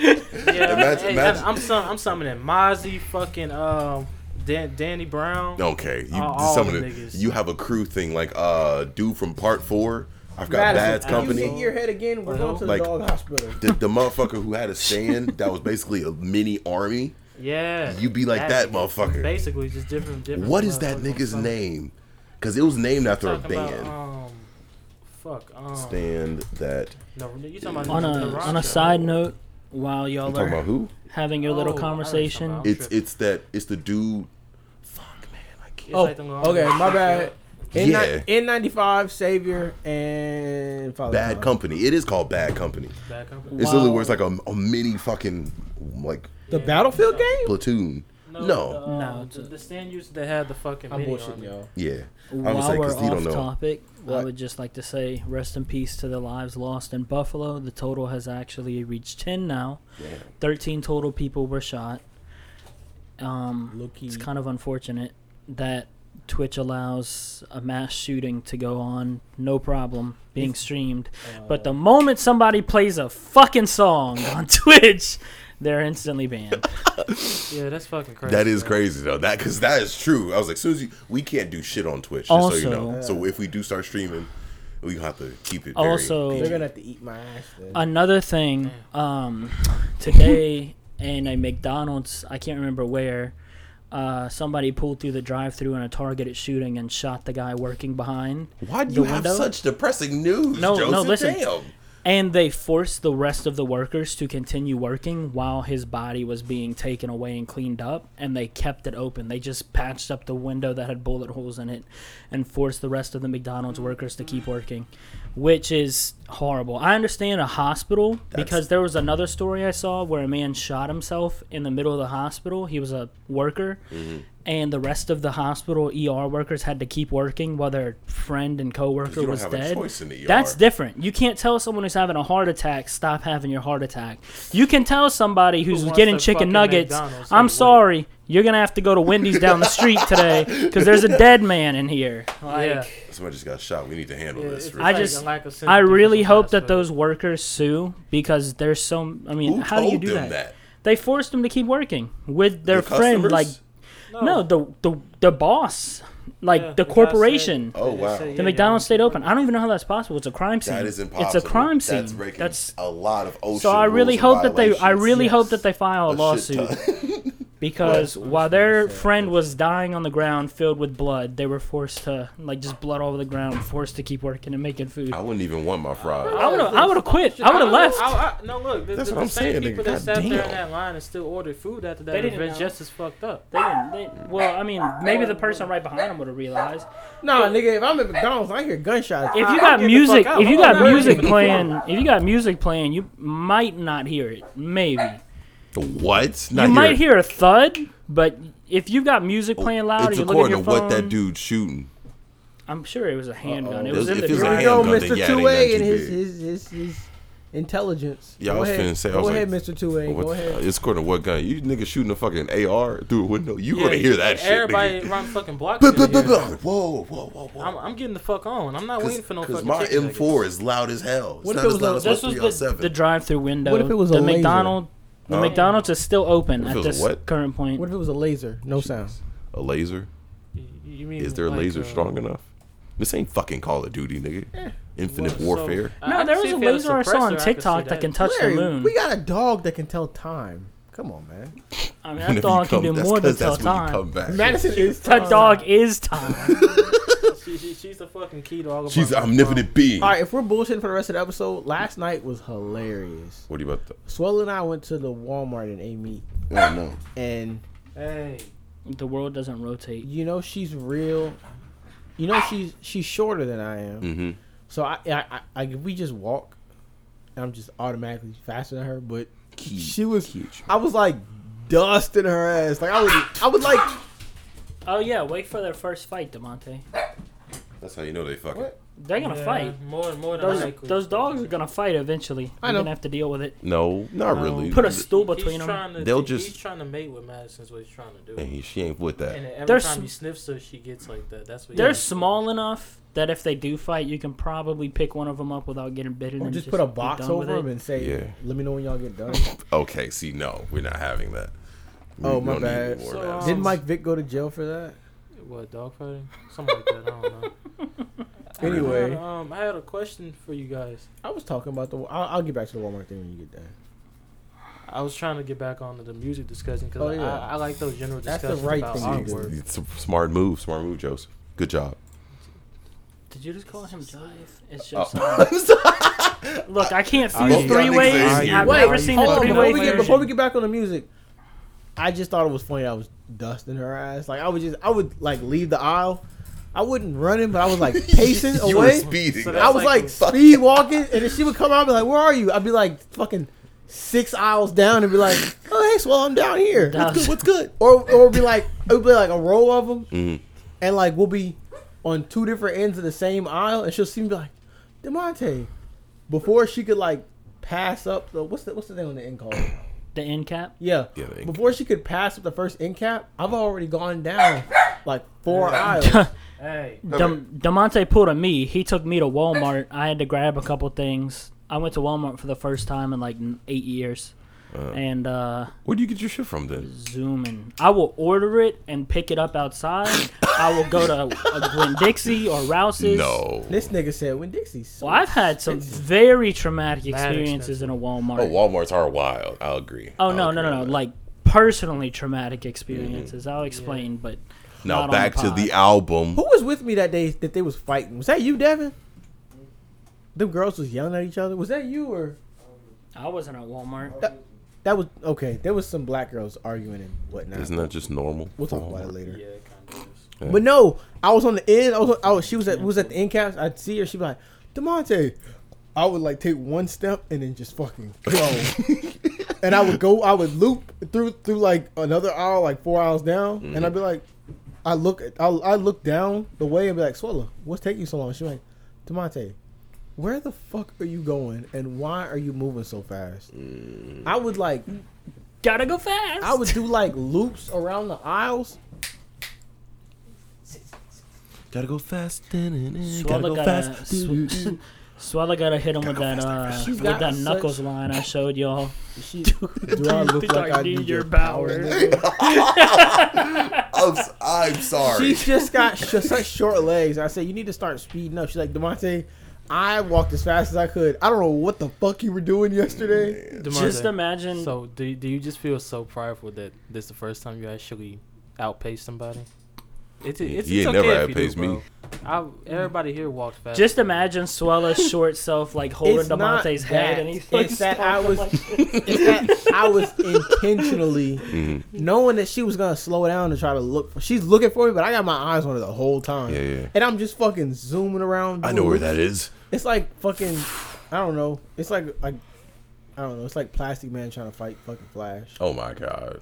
Speaker 5: Yeah,
Speaker 1: Imagine-
Speaker 5: hey,
Speaker 1: imagine-
Speaker 5: I'm, I'm, sum, I'm summoning Mozzie, fucking um, Dan, Danny Brown.
Speaker 1: Okay, you
Speaker 5: All- all
Speaker 1: some of
Speaker 5: the
Speaker 1: the,
Speaker 5: niggas.
Speaker 1: you have a crew thing like uh dude from part four. I've got Bad's
Speaker 3: Madison,
Speaker 1: company.
Speaker 3: You hit your head again. We're going to the
Speaker 1: Like-
Speaker 3: dog hospital.
Speaker 1: the, the motherfucker who had a stand that was basically a mini army.
Speaker 5: Yeah,
Speaker 1: You be like that
Speaker 5: nigga.
Speaker 1: motherfucker.
Speaker 5: Basically, just different. different
Speaker 1: What is that
Speaker 5: motherfuckers
Speaker 1: nigga's
Speaker 5: on
Speaker 1: name? Because it was named after a
Speaker 5: some- talking about,
Speaker 1: band.
Speaker 5: um, fuck. Um,
Speaker 1: stand that.
Speaker 5: No, you talking about
Speaker 7: on a on a side note, while
Speaker 1: I'm
Speaker 7: y'all
Speaker 1: talking about
Speaker 7: are
Speaker 1: who?
Speaker 7: having your little
Speaker 5: Oh, I know what you're talking
Speaker 7: conversation,
Speaker 5: about.
Speaker 1: It's it's that it's the dude. Fuck man, I can't.
Speaker 5: Oh,
Speaker 3: Okay, my bad. N-
Speaker 1: Yeah.
Speaker 3: N95, Savior, and Father
Speaker 1: Bad
Speaker 3: Time.
Speaker 1: Company. It is called Bad Company.
Speaker 5: Bad company.
Speaker 1: It's literally
Speaker 7: Wow.
Speaker 1: where it's like a, a mini fucking like
Speaker 3: The Battlefield game?
Speaker 1: platoon. No.
Speaker 5: the,
Speaker 7: No,
Speaker 5: uh,
Speaker 7: it's
Speaker 5: the,
Speaker 7: a-
Speaker 5: the stand used to have the fucking.
Speaker 3: I'm
Speaker 5: mini
Speaker 3: bullshitting
Speaker 5: army.
Speaker 3: y'all.
Speaker 1: Yeah.
Speaker 7: while
Speaker 1: saying,
Speaker 7: we're
Speaker 1: 'cause you don't
Speaker 7: off
Speaker 1: know.
Speaker 7: topic, I
Speaker 3: What?
Speaker 7: would just like to say rest in peace to the lives lost in Buffalo. The total has actually reached ten now. Thirteen total people were shot. Um,
Speaker 3: Low key.
Speaker 7: it's
Speaker 1: Mm-hmm.
Speaker 7: kind of unfortunate that Twitch allows a mass shooting to go on, no problem, being streamed.
Speaker 3: uh,
Speaker 1: Oh.
Speaker 7: But the moment somebody plays a fucking song on Twitch, they're instantly banned.
Speaker 5: Yeah, that's fucking crazy.
Speaker 1: That is
Speaker 5: man.
Speaker 1: crazy though. That because that is true. I was like, soon as you, we can't do shit on Twitch. Just so you know.
Speaker 7: Also-
Speaker 1: So if we do start streaming, we gonna have to keep it. Very
Speaker 7: Also-
Speaker 1: PG.
Speaker 3: They're going to have to eat my ass then.
Speaker 7: Another thing, um, today in a McDonald's, I can't remember where, uh, somebody pulled through the drive-through in a targeted shooting and shot the guy working behind.
Speaker 1: why do you
Speaker 7: the
Speaker 1: have
Speaker 7: window-
Speaker 1: such depressing news?
Speaker 7: No, no,
Speaker 1: Joseph?
Speaker 7: listen.
Speaker 1: Damn.
Speaker 7: And they forced the rest of the workers to continue working while his body was being taken away and cleaned up, and they kept it open. They just patched up the window that had bullet holes in it and forced the rest of the McDonald's workers to keep working, which is horrible. I understand a hospital because there was another story I saw where a man shot himself in the middle of the hospital. He was a worker,
Speaker 1: Mm-hmm.
Speaker 7: and the rest of the hospital ER workers had to keep working while their friend and coworker
Speaker 1: You don't
Speaker 7: was
Speaker 1: have
Speaker 7: dead.
Speaker 1: a choice in the ER.
Speaker 7: That's different. You can't tell someone who's having a heart attack stop having your heart attack. You can tell somebody who's
Speaker 5: wants
Speaker 7: getting
Speaker 5: their
Speaker 7: chicken
Speaker 5: fucking
Speaker 7: nuggets,
Speaker 5: McDonald's
Speaker 7: "I'm
Speaker 5: and wait."
Speaker 7: sorry, you're gonna have to go to Wendy's down the street today because there's a dead man in here." Like,
Speaker 5: yeah.
Speaker 1: Somebody just got shot. We need to handle
Speaker 5: Yeah,
Speaker 1: this.
Speaker 5: it's
Speaker 1: real
Speaker 7: I
Speaker 5: like
Speaker 1: quick.
Speaker 7: just-
Speaker 5: a lack of
Speaker 7: I
Speaker 5: sympathy for
Speaker 7: really
Speaker 5: the
Speaker 7: hope
Speaker 5: fast
Speaker 7: that
Speaker 5: food.
Speaker 7: those workers sue because there's so. I mean,
Speaker 1: Who
Speaker 7: how do you
Speaker 1: told
Speaker 7: do
Speaker 1: them
Speaker 7: that? They forced them to keep working with their
Speaker 1: The
Speaker 7: friend,
Speaker 1: customers?
Speaker 7: like no, the the the boss, like
Speaker 5: Oh. Yeah,
Speaker 7: the
Speaker 5: guy said-
Speaker 7: corporation.
Speaker 1: Oh,
Speaker 5: they
Speaker 1: wow.
Speaker 5: said,
Speaker 1: The
Speaker 5: yeah, yeah,
Speaker 7: The
Speaker 5: we
Speaker 7: McDonald's stayed
Speaker 5: keep
Speaker 7: open.
Speaker 5: working.
Speaker 7: I don't even know how that's possible. It's a crime scene.
Speaker 1: that is impossible.
Speaker 7: It's a crime scene.
Speaker 1: That's breaking
Speaker 7: That's-
Speaker 1: a lot of ocean.
Speaker 7: so I really
Speaker 1: rules and
Speaker 7: hope that they. I
Speaker 1: violations.
Speaker 7: really
Speaker 5: Yes.
Speaker 7: hope that they file a,
Speaker 1: A shit
Speaker 7: lawsuit
Speaker 1: ton.
Speaker 7: because while their friend was dying on the ground filled with blood, they were forced to like just blood all over the ground, forced to keep working and making food.
Speaker 1: I wouldn't even want my fries.
Speaker 7: I would have. I would have quit. I would have left.
Speaker 5: I- I- no, look, the,
Speaker 1: That's
Speaker 5: the,
Speaker 1: what I'm
Speaker 5: same
Speaker 1: saying,
Speaker 5: people
Speaker 1: nigga.
Speaker 5: that sat there
Speaker 1: Goddamn.
Speaker 5: in that line and still ordered food after that
Speaker 7: They
Speaker 5: they
Speaker 7: didn't
Speaker 5: been
Speaker 7: know.
Speaker 5: just as fucked up.
Speaker 7: They didn't. They, well, I mean, maybe the person right behind them would have realized.
Speaker 3: Nah, nigga, if I'm at McDonald's, I hear gunshots.
Speaker 7: If
Speaker 3: I- I'm
Speaker 7: you got
Speaker 3: getting the
Speaker 7: music,
Speaker 3: fuck out.
Speaker 7: if you
Speaker 3: I'm
Speaker 7: got
Speaker 3: not
Speaker 7: music
Speaker 3: leaving.
Speaker 7: playing, if you got music playing, you might not hear it. Maybe
Speaker 1: What? Not
Speaker 7: you might
Speaker 1: here. Oh,
Speaker 7: hear a thud, but if you've got music playing loud,
Speaker 1: It's
Speaker 7: and you're looking
Speaker 1: according
Speaker 7: at your
Speaker 1: to
Speaker 7: phone.
Speaker 1: what that dude's shooting.
Speaker 7: I'm sure it was a handgun. It
Speaker 1: It
Speaker 7: was
Speaker 1: was-
Speaker 7: in
Speaker 1: if
Speaker 7: the
Speaker 1: it's a
Speaker 7: drive.
Speaker 3: You know,
Speaker 1: handgun, then
Speaker 3: Mr.
Speaker 1: yeah, they
Speaker 3: Two A
Speaker 1: done
Speaker 3: and
Speaker 1: too
Speaker 3: his
Speaker 1: big.
Speaker 3: his, his his intelligence.
Speaker 1: Yeah, I
Speaker 3: go
Speaker 1: was
Speaker 3: ahead.
Speaker 1: finna say, I
Speaker 3: Go
Speaker 1: was
Speaker 3: ahead,
Speaker 1: like,
Speaker 3: Mr. Two A.
Speaker 1: What
Speaker 3: Go
Speaker 1: the-
Speaker 3: ahead.
Speaker 1: It's according to what gun? You niggas shooting a fucking AR through a window. You gonna hear that shit,
Speaker 5: Everybody
Speaker 1: nigga.
Speaker 5: around fucking blocks.
Speaker 1: Buh, buh,
Speaker 5: gonna
Speaker 1: buh,
Speaker 5: hear
Speaker 1: buh.
Speaker 5: that.
Speaker 1: Whoa, whoa, whoa, whoa.
Speaker 5: I'm, I'm getting the fuck on. I'm not waiting for no
Speaker 1: Because
Speaker 5: fucking
Speaker 1: my
Speaker 5: chicken
Speaker 1: M4 is loud as hell. It's
Speaker 3: What if
Speaker 1: not
Speaker 3: it
Speaker 1: as
Speaker 3: was
Speaker 1: loud
Speaker 3: a-
Speaker 1: as my
Speaker 7: This was the,
Speaker 1: 307.
Speaker 7: the drive-through window.
Speaker 3: What if it was
Speaker 7: the
Speaker 3: a laser?
Speaker 7: McDonald? The
Speaker 1: Huh?
Speaker 7: McDonald's is still open
Speaker 1: What if
Speaker 7: at
Speaker 1: it was a
Speaker 7: this
Speaker 1: what?
Speaker 7: current point.
Speaker 3: What if it was a laser? No sound.
Speaker 1: a laser?
Speaker 5: nuggets. You- you mean
Speaker 1: Is their
Speaker 5: like,
Speaker 1: laser
Speaker 5: uh,
Speaker 1: strong enough? This ain't fucking Call of Duty, nigga. Infinite
Speaker 5: well, so-
Speaker 1: warfare.
Speaker 5: I- I
Speaker 7: no,
Speaker 5: can
Speaker 7: there was
Speaker 5: see
Speaker 7: a
Speaker 5: if it
Speaker 7: laser I saw
Speaker 5: suppressor,
Speaker 7: on
Speaker 5: could see
Speaker 7: TikTok that can touch
Speaker 3: Larry,
Speaker 7: the moon.
Speaker 3: We got a dog that can tell time. Come on, man.
Speaker 7: I mean,
Speaker 1: Whenever
Speaker 7: that
Speaker 1: you
Speaker 7: dog can
Speaker 1: come-
Speaker 7: do
Speaker 1: that's
Speaker 7: more than
Speaker 1: 'cause
Speaker 7: tell
Speaker 1: that's when you
Speaker 7: time.
Speaker 1: come back.
Speaker 3: Madison is
Speaker 7: That dog is time.
Speaker 5: She, she, she's the fucking key to all of
Speaker 1: She's
Speaker 5: our
Speaker 1: an omnipotent being.
Speaker 3: All right, if we're bullshitting for the rest of the episode, last night was hilarious.
Speaker 1: What are you about to?
Speaker 3: Swell and I went to the Walmart and ate meat,
Speaker 1: Oh no.
Speaker 3: and
Speaker 5: Hey,
Speaker 7: the world doesn't rotate.
Speaker 3: you know she's real. You know she's she's shorter than I am.
Speaker 1: Mm-hmm.
Speaker 3: So I, I, I, I if we just walk, I'm just automatically faster than her. But she was, I was like dusting her ass. Like I was, I was like,
Speaker 7: Oh yeah, wait for their first fight, Demonte.
Speaker 1: That's how you know they fucking.
Speaker 3: What?
Speaker 7: They're gonna
Speaker 5: yeah,
Speaker 7: fight.
Speaker 5: more more than
Speaker 7: Those,
Speaker 5: likely.
Speaker 7: those dogs are gonna fight eventually.
Speaker 3: I
Speaker 7: You're
Speaker 3: know.
Speaker 7: gonna have to deal with it.
Speaker 1: No, not really.
Speaker 7: Put a stool
Speaker 5: He's
Speaker 7: between them.
Speaker 5: trying to-
Speaker 1: They'll
Speaker 5: He's
Speaker 1: just-
Speaker 5: trying to mate with Madison's what he's trying to do.
Speaker 1: And he, she ain't with
Speaker 5: And
Speaker 1: that.
Speaker 5: every
Speaker 7: They're
Speaker 5: time
Speaker 7: sm-
Speaker 5: he sniffs her, she gets like that. That's what. he
Speaker 7: They're
Speaker 5: does.
Speaker 7: small enough that if they do fight, you can probably pick one of them up without getting bitten.
Speaker 3: or
Speaker 7: and
Speaker 3: just put a
Speaker 7: be
Speaker 3: box
Speaker 7: done with
Speaker 3: over
Speaker 7: it.
Speaker 3: him and say,
Speaker 1: Yeah.
Speaker 3: let me know when y'all get done.
Speaker 1: Okay, see, no, we're not having that. We
Speaker 3: Oh, my
Speaker 1: don't need
Speaker 3: bad.
Speaker 1: more of
Speaker 5: So,
Speaker 1: that.
Speaker 5: um,
Speaker 3: Didn't Mike Vick go to jail for that?
Speaker 5: What dog fighting? Something like that. I don't know. I had,
Speaker 3: Anyway,
Speaker 5: um, I had a question for you guys.
Speaker 3: I was talking about the. I'll, I'll get back to the Walmart thing when you get done.
Speaker 5: I was trying to get back onto the music discussion because
Speaker 3: Oh,
Speaker 5: I,
Speaker 3: yeah.
Speaker 5: I, like those general
Speaker 3: That's the
Speaker 5: discussions
Speaker 3: right
Speaker 5: about
Speaker 3: thing to do.
Speaker 5: artwork.
Speaker 1: It's a smart move, smart move, Joseph. Good job.
Speaker 7: Did you just call him Joseph? It's
Speaker 1: Oh.
Speaker 7: just. Look, I can't
Speaker 1: I-
Speaker 7: fuse
Speaker 1: I-
Speaker 7: three ways.
Speaker 1: I-
Speaker 7: I've
Speaker 3: Wait,
Speaker 7: never seen
Speaker 3: Hold
Speaker 7: a
Speaker 3: on,
Speaker 7: three
Speaker 3: before
Speaker 7: way
Speaker 3: we, get, before we get
Speaker 7: version.
Speaker 3: back on the music, I just thought it was funny. I was dusting her ass. Like I would just, I would like leave the aisle. I wouldn't run him, but I was like pacing
Speaker 1: you were
Speaker 3: away.
Speaker 1: speeding.
Speaker 5: So
Speaker 3: I
Speaker 5: that's
Speaker 3: was
Speaker 5: like
Speaker 3: like, speed walking, and then she would come out and be like, "Where are you?" I'd be like, "Fucking six aisles down," and be like, "Oh, hey, swell, I'm down here. What's good? What's good?" Or or be like, it would be like a row of them,
Speaker 1: Mhm.
Speaker 3: and like we'll be on two different ends of the same aisle, and she'll seem like, "Demonte," before she could like pass up the what's the what's the thing on the end called?
Speaker 7: The end cap.
Speaker 3: Yeah.
Speaker 1: Yeah, the end
Speaker 3: Before she could pass up the first end cap, I've already gone down like four aisles.
Speaker 5: Hey,
Speaker 7: Dem- Demonte pulled a me. He took me to Walmart. I had to grab a couple things. I went to Walmart for the first time in like n- eight years, and uh,
Speaker 1: Where do you get your shit from then?
Speaker 7: zooming. I will order it and pick it up outside. I will go to a Glen Dixie or Rouse's.
Speaker 1: No.
Speaker 3: This nigga said when Dixie.
Speaker 7: Well, I've had some very traumatic
Speaker 5: Bad
Speaker 7: experiences in a Walmart.
Speaker 1: Oh, Walmarts are wild. I'll agree.
Speaker 7: Oh
Speaker 1: I'll
Speaker 7: no, no,
Speaker 1: agree
Speaker 7: no,
Speaker 1: on
Speaker 7: no!
Speaker 1: that.
Speaker 7: Like personally traumatic experiences.
Speaker 2: Mm-hmm.
Speaker 7: I'll explain, but not
Speaker 1: now
Speaker 7: on
Speaker 1: back
Speaker 7: the
Speaker 1: to
Speaker 7: pod.
Speaker 1: the album.
Speaker 3: Who was with me that day that they was fighting? Was that you, Devin?
Speaker 2: Them girls was yelling at each other. Was that you or
Speaker 7: I wasn't at Walmart.
Speaker 2: Uh, that was okay? There was some black girls arguing and whatnot.
Speaker 1: Isn't that just normal? Oh.
Speaker 2: we'll talk about it later.
Speaker 5: Yeah, it kind of is.
Speaker 2: But no, I was on the end. I was. I was she was at was at the end caps. I'd see her. She'd be like, Demonte. I would like take one step and then just fucking go. and I would go. I would loop through through like another aisle, like four aisles down, and I'd be like, I look. I I look down the way and be like, Swallow, what's taking you so long? She's like, Demonte. Where the fuck are you going, and why are you moving so fast? I would like,
Speaker 7: Gotta go fast.
Speaker 2: I would do like loops around the aisles,
Speaker 1: Gotta go fast. Gotta
Speaker 7: Mm, Swallow gotta, sw- Swallow gotta hit him with that uh,
Speaker 2: She's
Speaker 7: with
Speaker 2: got
Speaker 7: that
Speaker 2: such-
Speaker 7: knuckles line I showed y'all.
Speaker 2: She, do I look like I need your power?
Speaker 1: I'm, s- I'm sorry.
Speaker 2: She's just got sh- such short legs. I said, you need to start speeding up. She's like, Demonte, I walked as fast as I could. I don't know what the fuck you were doing yesterday.
Speaker 7: Just imagine.
Speaker 5: So, do, do you just feel so prideful that this is the first time you actually outpaced somebody? It's, it's,
Speaker 1: You
Speaker 5: it's
Speaker 1: ain't
Speaker 5: okay
Speaker 1: never
Speaker 5: if you do,
Speaker 1: outpaced me.
Speaker 5: bro. I, everybody here walked fast.
Speaker 7: just imagine Swallow's short self like holding
Speaker 2: It's not
Speaker 7: Demonte's head,
Speaker 2: that.
Speaker 7: and he's like,
Speaker 2: It's that I was, it's that I was intentionally
Speaker 1: Mm-hmm.
Speaker 2: knowing that she was gonna slow down to try to look. For, she's looking for me, but I got my eyes on her the whole time.
Speaker 1: Yeah, yeah.
Speaker 2: And I'm just fucking zooming around.
Speaker 1: I know where
Speaker 2: doing-
Speaker 1: that is.
Speaker 2: It's like fucking, I don't know. It's like like, I don't know. It's like Plastic Man trying to fight fucking Flash.
Speaker 1: Oh my god.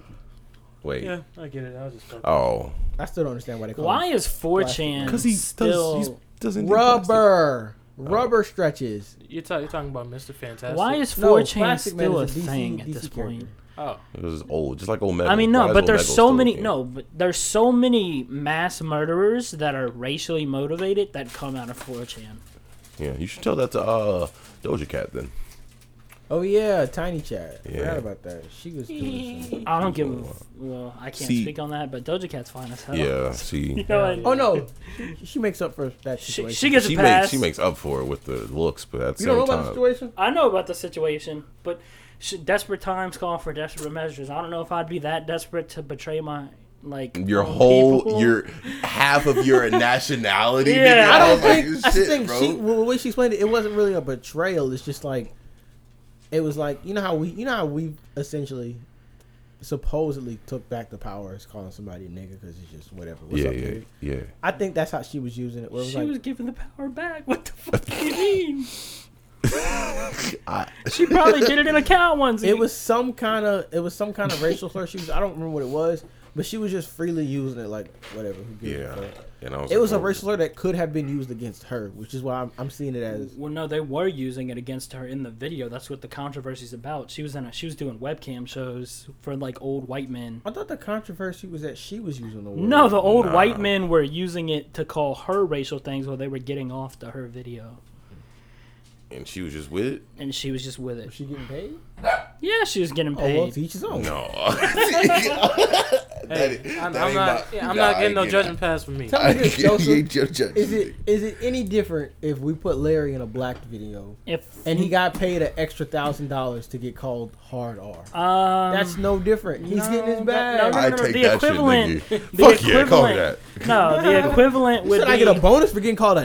Speaker 1: Wait.
Speaker 5: Yeah, I get it. I was just
Speaker 1: Oh.
Speaker 2: I still don't understand why they call
Speaker 7: Why
Speaker 2: it
Speaker 7: is 4chan still?
Speaker 1: doesn't
Speaker 2: rubber
Speaker 1: Oh.
Speaker 2: rubber stretches.
Speaker 5: You're, ta- you're talking about Mr. Fantastic.
Speaker 7: why is 4chan
Speaker 2: No, Plastic Man
Speaker 7: still a
Speaker 2: is a DC
Speaker 7: thing at this
Speaker 2: character.
Speaker 7: point?
Speaker 5: Oh,
Speaker 1: It was old, just like old metal.
Speaker 7: I mean, no,
Speaker 1: Why is
Speaker 7: but
Speaker 1: Old
Speaker 7: there's
Speaker 1: Metal
Speaker 7: so
Speaker 1: still
Speaker 7: many
Speaker 1: okay?
Speaker 7: no, but there's so many mass murderers that are racially motivated that come out of 4chan.
Speaker 1: Yeah, you should tell that to uh Doja Cat then.
Speaker 2: Oh yeah, Tiny Chat. Yeah.
Speaker 1: Yeah.
Speaker 2: Forgot about that. She was doing some-
Speaker 7: I don't give. a f- Well, I can't
Speaker 1: See-
Speaker 7: speak on that, but Doja Cat's fine as hell.
Speaker 1: Yeah, she
Speaker 7: You know, and
Speaker 2: Oh no, she, she makes up for that
Speaker 7: she,
Speaker 2: situation.
Speaker 7: she gets
Speaker 1: she
Speaker 7: a pass.
Speaker 1: makes she makes up for it with the looks, but at the
Speaker 2: you don't know
Speaker 1: same
Speaker 2: about the
Speaker 1: time,
Speaker 2: situation?
Speaker 7: I know about the situation, but sh desperate times call for desperate measures. I don't know if I'd be that desperate to betray my like
Speaker 1: your
Speaker 7: own
Speaker 1: whole
Speaker 7: people.
Speaker 1: your half of your nationality.
Speaker 7: Yeah.
Speaker 1: nigga,
Speaker 7: I
Speaker 2: I don't
Speaker 1: I'm like,
Speaker 2: think. I
Speaker 1: shit,
Speaker 2: think
Speaker 1: bro.
Speaker 2: she. Well, the way she explained it, it wasn't really a betrayal. It's just like, it was like you know how we, you know how we essentially, supposedly took back the power as calling somebody a nigga because it's just whatever. What's
Speaker 1: yeah,
Speaker 2: up,
Speaker 1: yeah,
Speaker 2: nigga?
Speaker 1: yeah.
Speaker 2: I think that's how she was using it. Where it was
Speaker 7: She
Speaker 2: like,
Speaker 7: was giving the power back. What the fuck do you mean?
Speaker 1: I,
Speaker 7: She probably did it in a cow onesie.
Speaker 2: it was some kind of it was some kind of racial slur. She was I don't remember what it was, but she was just freely using it like whatever. Who gives a
Speaker 1: yeah.
Speaker 2: fuck?
Speaker 1: And I was
Speaker 2: It was a
Speaker 1: like, oh,
Speaker 2: racial slur that could have been used against her, which is why I'm, I'm seeing it as
Speaker 7: Well, no, they were using it against her in the video. That's what the controversy's about. She was in a she was doing webcam shows for like old white men.
Speaker 2: I thought the controversy was that she was using the word.
Speaker 7: No, the old
Speaker 1: Nah.
Speaker 7: white men were using it to call her racial things while they were getting off to her video,
Speaker 1: And she was just with it.
Speaker 7: and she was just with it.
Speaker 2: Was she getting paid?
Speaker 7: Yeah, she was getting
Speaker 2: Oh, well, to
Speaker 7: paid.
Speaker 2: each his own.
Speaker 1: No. That ain't-
Speaker 5: I'm,
Speaker 1: that
Speaker 5: I'm
Speaker 1: ain't
Speaker 5: not.
Speaker 1: my-
Speaker 5: yeah, I'm
Speaker 1: nah,
Speaker 5: not getting
Speaker 1: I
Speaker 5: no
Speaker 1: get
Speaker 5: judgment
Speaker 1: it.
Speaker 5: pass from me.
Speaker 2: Tell
Speaker 1: I
Speaker 2: me this,
Speaker 1: get it. You
Speaker 2: Joseph.
Speaker 1: ain't judging
Speaker 2: Is it
Speaker 1: me.
Speaker 2: is it any different if we put Larry in a black video
Speaker 7: If
Speaker 2: and he got paid an extra thousand dollars to get called hard R?
Speaker 7: um,
Speaker 2: That's no different. He's
Speaker 7: no,
Speaker 2: getting his
Speaker 7: no,
Speaker 2: bag.
Speaker 7: no, no,
Speaker 1: I
Speaker 7: no,
Speaker 1: take
Speaker 7: the
Speaker 1: that
Speaker 7: equivalent-
Speaker 1: shit, nigga.
Speaker 7: the
Speaker 1: Fuck yeah, call me
Speaker 7: equivalent-
Speaker 1: that.
Speaker 7: no, the equivalent would
Speaker 2: Should
Speaker 7: be
Speaker 2: I get a bonus for getting called a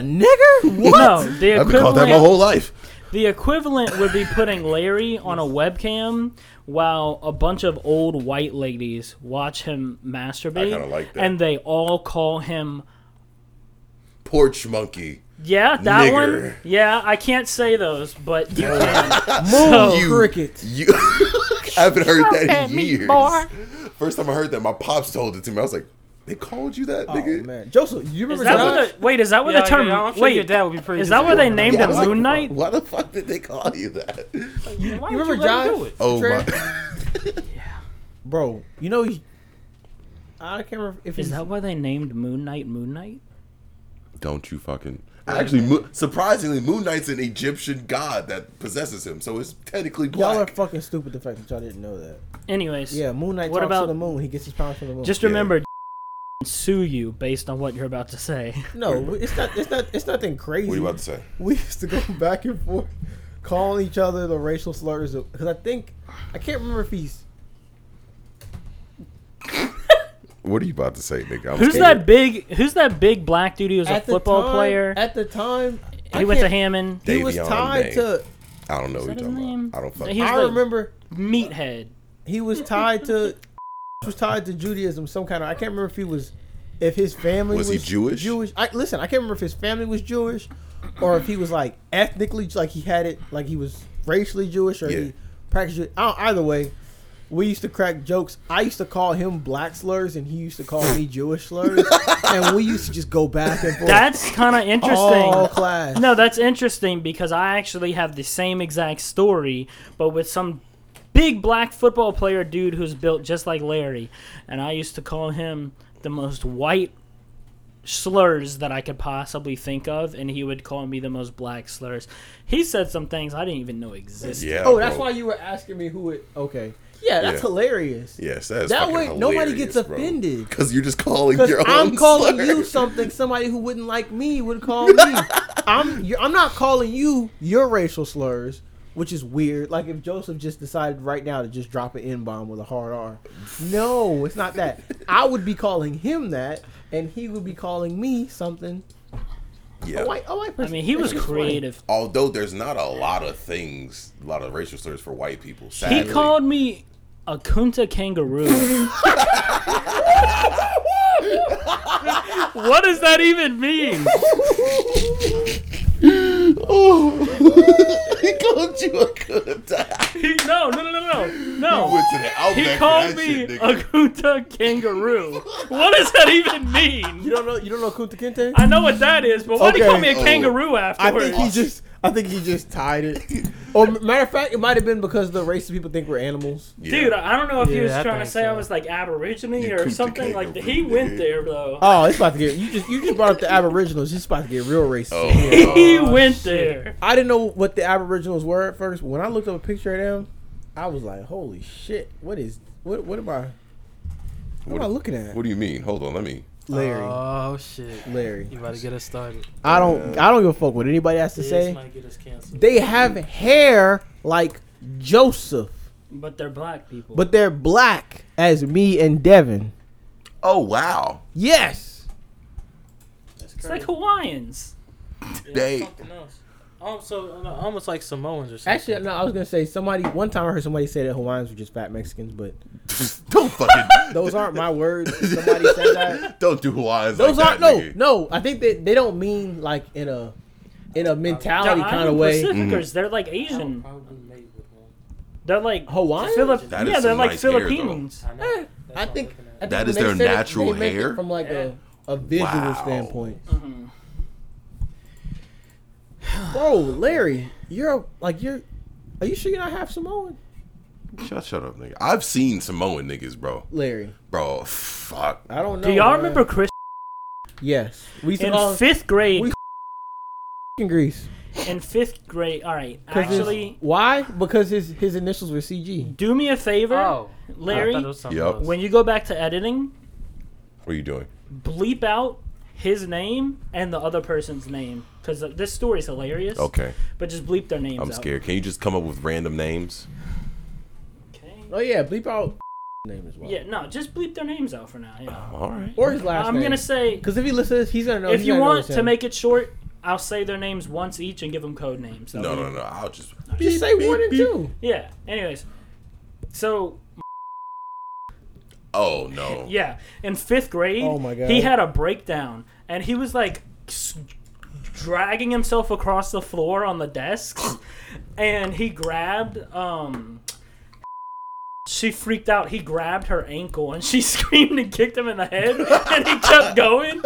Speaker 2: nigger? What?
Speaker 7: no. The
Speaker 1: I've been called that my
Speaker 7: equivalent
Speaker 1: whole life.
Speaker 7: the equivalent would be putting Larry on a webcam while a bunch of old white ladies watch him masturbate,
Speaker 1: kinda like that.
Speaker 7: and they all call him
Speaker 1: Porch monkey.
Speaker 7: Yeah, that
Speaker 1: Nigger.
Speaker 7: one. Yeah, I can't say those, but you can.
Speaker 2: Moon
Speaker 1: You-
Speaker 2: crickets.
Speaker 1: You I haven't heard that
Speaker 7: Oh, at
Speaker 1: in
Speaker 7: me,
Speaker 1: years.
Speaker 7: boy.
Speaker 1: First time I heard that, my pops told it to me. I was like, they called you that,
Speaker 2: Oh
Speaker 1: nigga?
Speaker 2: man, Joseph, you
Speaker 7: Is
Speaker 2: remember
Speaker 7: that
Speaker 2: Josh?
Speaker 7: where the, wait? Is that where
Speaker 5: Yeah,
Speaker 7: the term?
Speaker 5: yeah, I'm sure
Speaker 7: wait,
Speaker 5: your dad would be pretty
Speaker 7: is that where they
Speaker 5: disappointed.
Speaker 7: named
Speaker 1: Yeah, I
Speaker 7: him
Speaker 1: was like,
Speaker 7: Moon Knight?
Speaker 1: Why the fuck did they call you that?
Speaker 5: Why
Speaker 2: You
Speaker 5: would
Speaker 2: remember
Speaker 5: let him
Speaker 2: Josh?
Speaker 5: do it?
Speaker 1: Oh
Speaker 2: Trey?
Speaker 1: my.
Speaker 2: bro, you know, he- I can't remember if
Speaker 7: Is
Speaker 2: he's
Speaker 7: that why they named Moon Knight Moon Knight?
Speaker 1: Don't you fucking. Actually, Mo- surprisingly, Moon Knight's an Egyptian god that possesses him, so it's technically
Speaker 2: y'all are
Speaker 1: black.
Speaker 2: fucking stupid. The fact that y'all didn't know that.
Speaker 7: Anyways,
Speaker 2: Yeah, Moon Knight
Speaker 7: What
Speaker 2: talks
Speaker 7: about-
Speaker 2: to the moon. He gets his powers from the moon.
Speaker 7: Just
Speaker 1: Yeah.
Speaker 7: remember, sue you based on what you're about to say.
Speaker 2: no, it's not. It's not. It's nothing crazy.
Speaker 1: What are you about to say?
Speaker 2: We used to go back and forth, calling each other the racial slurs because I think I can't remember if he's.
Speaker 1: What are you about to say, nigga? I'm
Speaker 7: Who's
Speaker 1: scared.
Speaker 7: that big? Who's that big black dude who was a
Speaker 2: at the
Speaker 7: football
Speaker 2: time-
Speaker 7: player?
Speaker 2: At the time,
Speaker 7: He went to Hammond.
Speaker 3: He was
Speaker 1: Davion Day.
Speaker 3: tied to.
Speaker 1: I don't know
Speaker 7: Is
Speaker 1: who you're
Speaker 7: that
Speaker 1: talking
Speaker 7: his name?
Speaker 1: about. I don't fucking.
Speaker 7: He was
Speaker 3: I
Speaker 7: like-
Speaker 3: remember
Speaker 7: Meathead.
Speaker 3: he was tied to. was tied to Judaism, some kind of. I can't remember if he was, if his family
Speaker 1: Was he Jewish?
Speaker 3: Jewish. I listen. I can't remember if his family was Jewish, or if he was like ethnically, like he had it, like he was racially Jewish, or
Speaker 1: Yeah.
Speaker 3: he practiced. Jew- I don't, either way, we used to crack jokes. I used to call him black slurs, and he used to call me Jewish slurs, and we used to just go back and forth.
Speaker 7: That's kind of interesting.
Speaker 3: All class.
Speaker 7: No, that's interesting because I actually have the same exact story, but with some big black football player dude who's built just like Larry, and I used to call him the most white slurs that I could possibly think of, and he would call me the most black slurs. He said some things I didn't even know existed.
Speaker 1: Yeah.
Speaker 3: Oh, that's
Speaker 1: bro.
Speaker 3: why you were asking me who it. Okay. Yeah, that's
Speaker 1: Yeah.
Speaker 3: hilarious.
Speaker 1: Yes, that's
Speaker 3: That way, nobody gets offended.
Speaker 1: because you're just calling
Speaker 3: Because
Speaker 1: your own
Speaker 3: I'm calling
Speaker 1: slur.
Speaker 3: you something somebody who wouldn't like me would call me. I'm you're, I'm not calling you your racial slurs, which is weird. Like if Joseph just decided right now to just drop an N bomb with a hard R. No, it's not that. I would be calling him that, and he would be calling me something.
Speaker 1: Yeah.
Speaker 3: A white, a white
Speaker 7: I
Speaker 3: person.
Speaker 7: mean, he was
Speaker 3: It's funny.
Speaker 7: creative.
Speaker 1: Although there's not a lot of things, a lot of racial slurs for white people.
Speaker 7: He
Speaker 1: Sadly.
Speaker 7: called me a kunta kangaroo. what does that even mean?
Speaker 1: he called you a good time.
Speaker 7: He, no, no, no, no, no,
Speaker 1: Went
Speaker 7: no.
Speaker 1: to the outback
Speaker 7: He
Speaker 1: for
Speaker 7: called
Speaker 1: that
Speaker 7: me
Speaker 1: shit,
Speaker 7: a
Speaker 1: nigga.
Speaker 7: kunta kangaroo. What does that even
Speaker 3: You
Speaker 7: mean?
Speaker 3: don't know. You don't know Kunta Kinte.
Speaker 7: I know what that is, but why would he call me
Speaker 3: Okay.
Speaker 7: a
Speaker 1: Oh.
Speaker 7: kangaroo
Speaker 3: I
Speaker 7: afterwards?
Speaker 3: think he just. I think he just tied it. Or matter of fact, it might have been because the racist people think we're animals.
Speaker 1: Yeah.
Speaker 7: Dude, I don't know if he
Speaker 5: Yeah,
Speaker 7: was
Speaker 5: I
Speaker 7: trying to
Speaker 5: think
Speaker 7: say I
Speaker 5: so.
Speaker 7: was like Aborigine
Speaker 1: You
Speaker 7: or
Speaker 1: Kunta
Speaker 7: something like that. He
Speaker 1: kangaroo,
Speaker 7: went
Speaker 1: dude.
Speaker 7: there though.
Speaker 3: Oh, it's about to get you just you just brought up the Aboriginals. It's about to get real racist.
Speaker 1: Oh,
Speaker 7: he
Speaker 5: Oh,
Speaker 7: went
Speaker 5: shit.
Speaker 7: there.
Speaker 3: I didn't know what the Aboriginals were at first. When I looked up a picture of them, I was like, "Holy shit! What is what? What am I? What,
Speaker 1: What-
Speaker 3: am I looking at?"
Speaker 1: what do you mean? Hold on, let me.
Speaker 3: Larry,
Speaker 7: Uh,
Speaker 5: Oh shit.
Speaker 3: Larry.
Speaker 5: You about to get us started.
Speaker 3: I don't I don't give a fuck what anybody has to say.
Speaker 5: might get us canceled.
Speaker 3: They have hair like Joseph,
Speaker 7: But they're black people.
Speaker 3: but they're black as me and Devin.
Speaker 1: Oh wow,
Speaker 3: Yes.
Speaker 7: it's like Hawaiians.
Speaker 1: they-
Speaker 5: Something else. Um, so, uh, almost like Samoans or something.
Speaker 3: Actually, no. I was gonna say somebody. One time I heard somebody say that Hawaiians were just fat Mexicans, but
Speaker 1: don't fucking.
Speaker 3: those aren't my words. Somebody said that.
Speaker 1: Don't do Hawaiians.
Speaker 3: Those
Speaker 1: like
Speaker 3: aren't
Speaker 1: that,
Speaker 3: no,
Speaker 1: nigga.
Speaker 3: no. I think that they don't mean like in a in a mentality
Speaker 7: The
Speaker 3: kind of
Speaker 7: Island
Speaker 3: way.
Speaker 1: Mm.
Speaker 7: Pacificers, they're like Asian.
Speaker 5: Probably made with one.
Speaker 7: They're like
Speaker 3: Hawaiian?
Speaker 7: Philip-
Speaker 1: That is
Speaker 7: yeah, they're
Speaker 1: some
Speaker 7: like
Speaker 1: nice hair, though.
Speaker 7: Philippines.
Speaker 5: I know.
Speaker 3: Eh,
Speaker 5: That's
Speaker 3: I
Speaker 5: what I'm
Speaker 3: think,
Speaker 5: looking at.
Speaker 3: I
Speaker 1: That
Speaker 3: think when
Speaker 1: is
Speaker 3: they
Speaker 1: their
Speaker 3: said it,
Speaker 1: natural
Speaker 3: they make it
Speaker 1: hair?
Speaker 3: from like
Speaker 5: Yeah.
Speaker 3: a, a visual
Speaker 1: Wow.
Speaker 3: standpoint.
Speaker 7: Mm-hmm.
Speaker 3: Bro, Larry, you're like you're. Are you sure you're not half Samoan,
Speaker 1: Shut, shut up, nigga. I've seen Samoan niggas, bro.
Speaker 3: Larry?
Speaker 1: Bro, fuck.
Speaker 3: I don't know.
Speaker 7: Do y'all
Speaker 3: man.
Speaker 7: remember Chris
Speaker 3: Yes, we used to
Speaker 7: in
Speaker 3: call him
Speaker 7: fifth grade?
Speaker 3: we- in Greece.
Speaker 7: in fifth grade, all right.
Speaker 3: 'Cause his-
Speaker 7: Actually,
Speaker 3: why? Because his his initials were CG.
Speaker 7: do me a favor,
Speaker 5: Oh,
Speaker 7: Larry.
Speaker 5: I thought it was something
Speaker 1: Yup.
Speaker 5: else.
Speaker 7: When you go back to editing,
Speaker 1: What are you doing?
Speaker 7: bleep out his name and the other person's name because this story's hilarious.
Speaker 1: Okay,
Speaker 7: But just bleep their names.
Speaker 1: I'm
Speaker 7: out.
Speaker 1: scared. Can you just come up with random names?
Speaker 7: Okay.
Speaker 3: Oh yeah, bleep out name as well.
Speaker 7: Yeah, no, just bleep their names out for now. Yeah.
Speaker 1: All right.
Speaker 3: Or his last
Speaker 7: I'm
Speaker 3: name.
Speaker 7: gonna say
Speaker 3: Because if he listens, he's gonna know.
Speaker 7: if
Speaker 3: he's
Speaker 7: you
Speaker 3: gonna know
Speaker 7: want
Speaker 3: it's
Speaker 7: to
Speaker 3: him.
Speaker 7: make it short, I'll say their names once each and give them code names.
Speaker 1: No, no, no. I'll just.
Speaker 3: just say one and two.
Speaker 7: Yeah. Anyways, so
Speaker 1: Oh no.
Speaker 7: yeah, in fifth grade,
Speaker 3: Oh my God.
Speaker 7: he had a breakdown and he was like s- dragging himself across the floor on the desks, and he grabbed um. She freaked out. He grabbed her ankle and she screamed and kicked him in the head, and he kept going.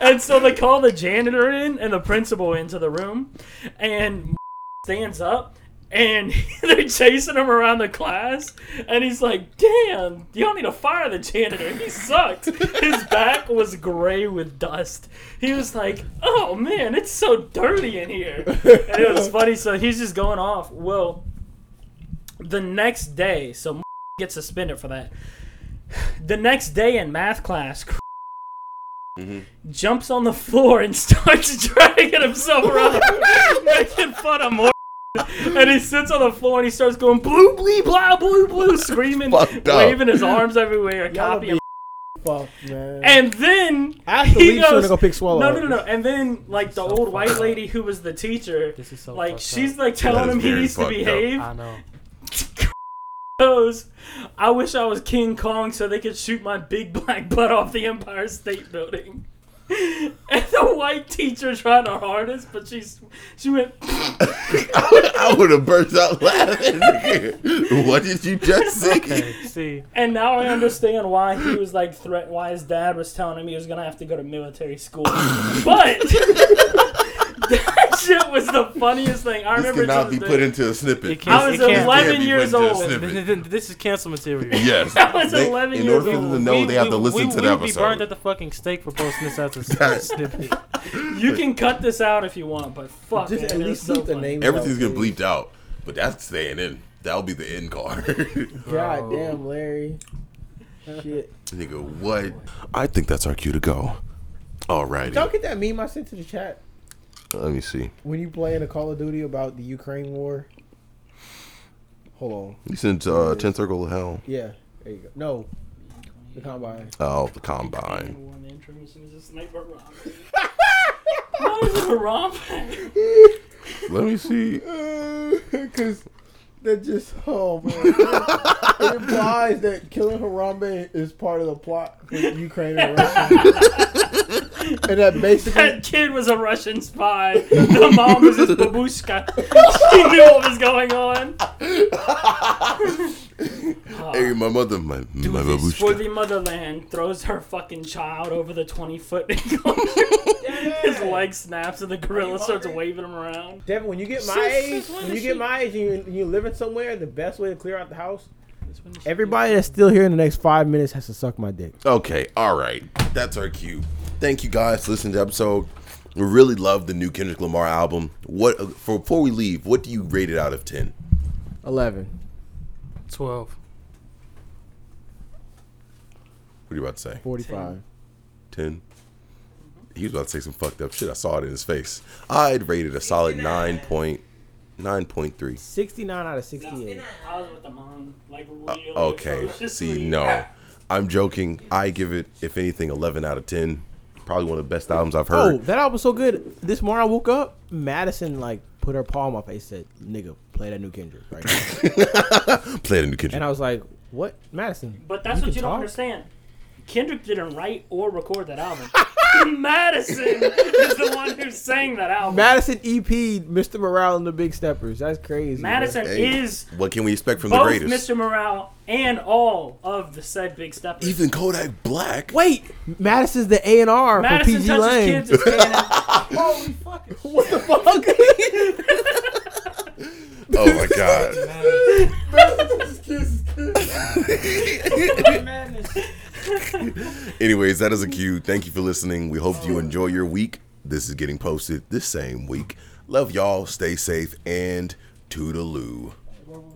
Speaker 7: And so they call the janitor in and the principal into the room, and stands up and they're chasing him around the class and he's like damn y'all need to fire the janitor he sucked his back was gray with dust he was like oh man it's so dirty in here and it was funny so he's just going off well the next day so gets suspended for that the next day in math class
Speaker 1: Mhm.
Speaker 7: jumps on the floor and starts dragging himself around making fun of more and he sits on the floor and he starts going blue, blee, blah, blue, blue, screaming,
Speaker 1: Fucked up.
Speaker 7: waving his arms everywhere,
Speaker 3: Y'all
Speaker 7: copying.
Speaker 3: be Fuck, man.
Speaker 7: And then
Speaker 3: I have to
Speaker 7: he
Speaker 3: leave soon to
Speaker 7: goes-
Speaker 3: go pick Swallow.
Speaker 7: No, no, no, no. And then like the
Speaker 5: uh, So
Speaker 7: old white
Speaker 5: fucked up.
Speaker 7: lady who was the teacher,
Speaker 5: This is so
Speaker 7: like
Speaker 5: fucked
Speaker 7: she's
Speaker 5: up.
Speaker 7: like
Speaker 1: That
Speaker 7: telling
Speaker 1: is
Speaker 7: him he
Speaker 1: very
Speaker 7: needs to
Speaker 1: fucked up.
Speaker 7: behave.
Speaker 5: I know.
Speaker 7: Goes, I wish I was King Kong so they could shoot my big black butt off the Empire State Building. and the white teacher tried her hardest, but she's she went.
Speaker 1: I would have burst out laughing. what did you just say?
Speaker 5: Okay, see,
Speaker 7: And now I understand why he was like threat. Why his dad was telling him he was gonna have to go to military school. but that shit was the funniest thing. I
Speaker 1: This
Speaker 7: remember. to
Speaker 1: cannot
Speaker 7: this
Speaker 1: be
Speaker 7: day.
Speaker 1: put into a snippet.
Speaker 5: It can't-
Speaker 7: I was
Speaker 5: it can't-
Speaker 7: 11 years
Speaker 1: This can't be put into
Speaker 7: old.
Speaker 1: a
Speaker 5: Th-
Speaker 1: snippet.
Speaker 5: th- th- this is cancel material.
Speaker 1: Yes.
Speaker 7: I was
Speaker 1: They-
Speaker 7: 11
Speaker 1: in
Speaker 7: years
Speaker 1: order for them to
Speaker 7: old.
Speaker 1: know, they have to listen
Speaker 5: we,
Speaker 1: to the
Speaker 5: we would be burned
Speaker 1: episode.
Speaker 5: at the fucking stake for posting this as a s- snippet.
Speaker 7: You can cut this out if you want, but fuck,
Speaker 3: Just
Speaker 7: man,
Speaker 3: at
Speaker 7: it was
Speaker 3: least
Speaker 7: so
Speaker 3: leave the
Speaker 7: funny.
Speaker 3: name.
Speaker 1: Everything's
Speaker 3: out,
Speaker 1: getting
Speaker 3: dude.
Speaker 1: bleeped out, but that's staying in. That'll be the end card.
Speaker 3: God damn, Larry. Shit.
Speaker 1: Nigga, what? I think that's our cue to go.
Speaker 3: Don't
Speaker 1: Alrighty.
Speaker 3: get that meme I sent to the chat
Speaker 1: Let me see.
Speaker 3: when you playing a Call of Duty about the Ukraine war. Hold on.
Speaker 1: You sent uh, 10 Circle of Hell.
Speaker 3: Yeah, there you go. No, the combine.
Speaker 1: Oh, the combine.
Speaker 7: One intro machine is a sniper romp. Why is it a romp?
Speaker 1: Let me see.
Speaker 3: Because that just, oh man. it implies that killing Harambe is part of the plot for Ukraine and Russia. and that basically,
Speaker 7: That kid was a Russian spy. The mom was his babushka. She knew what was going on. Oh.
Speaker 1: Hey, my mother, my, my
Speaker 7: This for
Speaker 1: babushka.
Speaker 7: the motherland throws her fucking child over the 20 foot enclosure. His leg snaps and the gorilla starts waving him around.
Speaker 3: Devin, when you get my age, when you get my age and you, you living somewhere, the best way to clear out the house, everybody that's still here in the next five minutes has to suck my dick.
Speaker 1: Okay, alright. That's our cue. Thank you guys for listening to the episode. We really love the new Kendrick Lamar album. What for? Before we leave, what do you rate it out of ten?
Speaker 3: 11.
Speaker 5: Twelve.
Speaker 1: What are you about to say?
Speaker 3: 45.
Speaker 1: 10. He was about to say some fucked up shit. I saw it in his face. I'd rate it a solid 9.9.3.
Speaker 3: 69 out of 68.
Speaker 7: I was with the mom, like really
Speaker 1: Uh, Okay. See,
Speaker 7: atrociously.
Speaker 1: no. I'm joking. I give it, if anything, 11 out of 10. Probably one of the best albums I've
Speaker 3: Oh,
Speaker 1: heard.
Speaker 3: that album was so good. This morning I woke up, Madison like put her palm on my face, said, "Nigga, play that new Kendrick right now."
Speaker 1: Play the new kitchen.
Speaker 3: and I was like, "What, Madison?"
Speaker 7: But that's what
Speaker 3: can
Speaker 7: you
Speaker 3: talk.
Speaker 7: don't understand. Kendrick didn't write or record that album. Madison is the one who sang that album.
Speaker 3: Madison EP'd Mr. Morale and the Big Steppers. That's crazy. bro.
Speaker 7: Madison
Speaker 1: Hey,
Speaker 7: is
Speaker 1: what can we expect from the
Speaker 7: both
Speaker 1: greatest?
Speaker 7: Mr. Morale and all of the said big steppers.
Speaker 1: Even Kodak Black.
Speaker 3: Wait, Madison's the A and R for
Speaker 7: Madison
Speaker 3: PG
Speaker 7: touches
Speaker 3: Lane.
Speaker 7: kids. Is canon.
Speaker 3: What the fuck?
Speaker 1: Oh my god. Anyways, that is a cue. Thank you for listening. We hope you enjoy your week. This is getting posted this same week. Love y'all. Stay safe and toodaloo.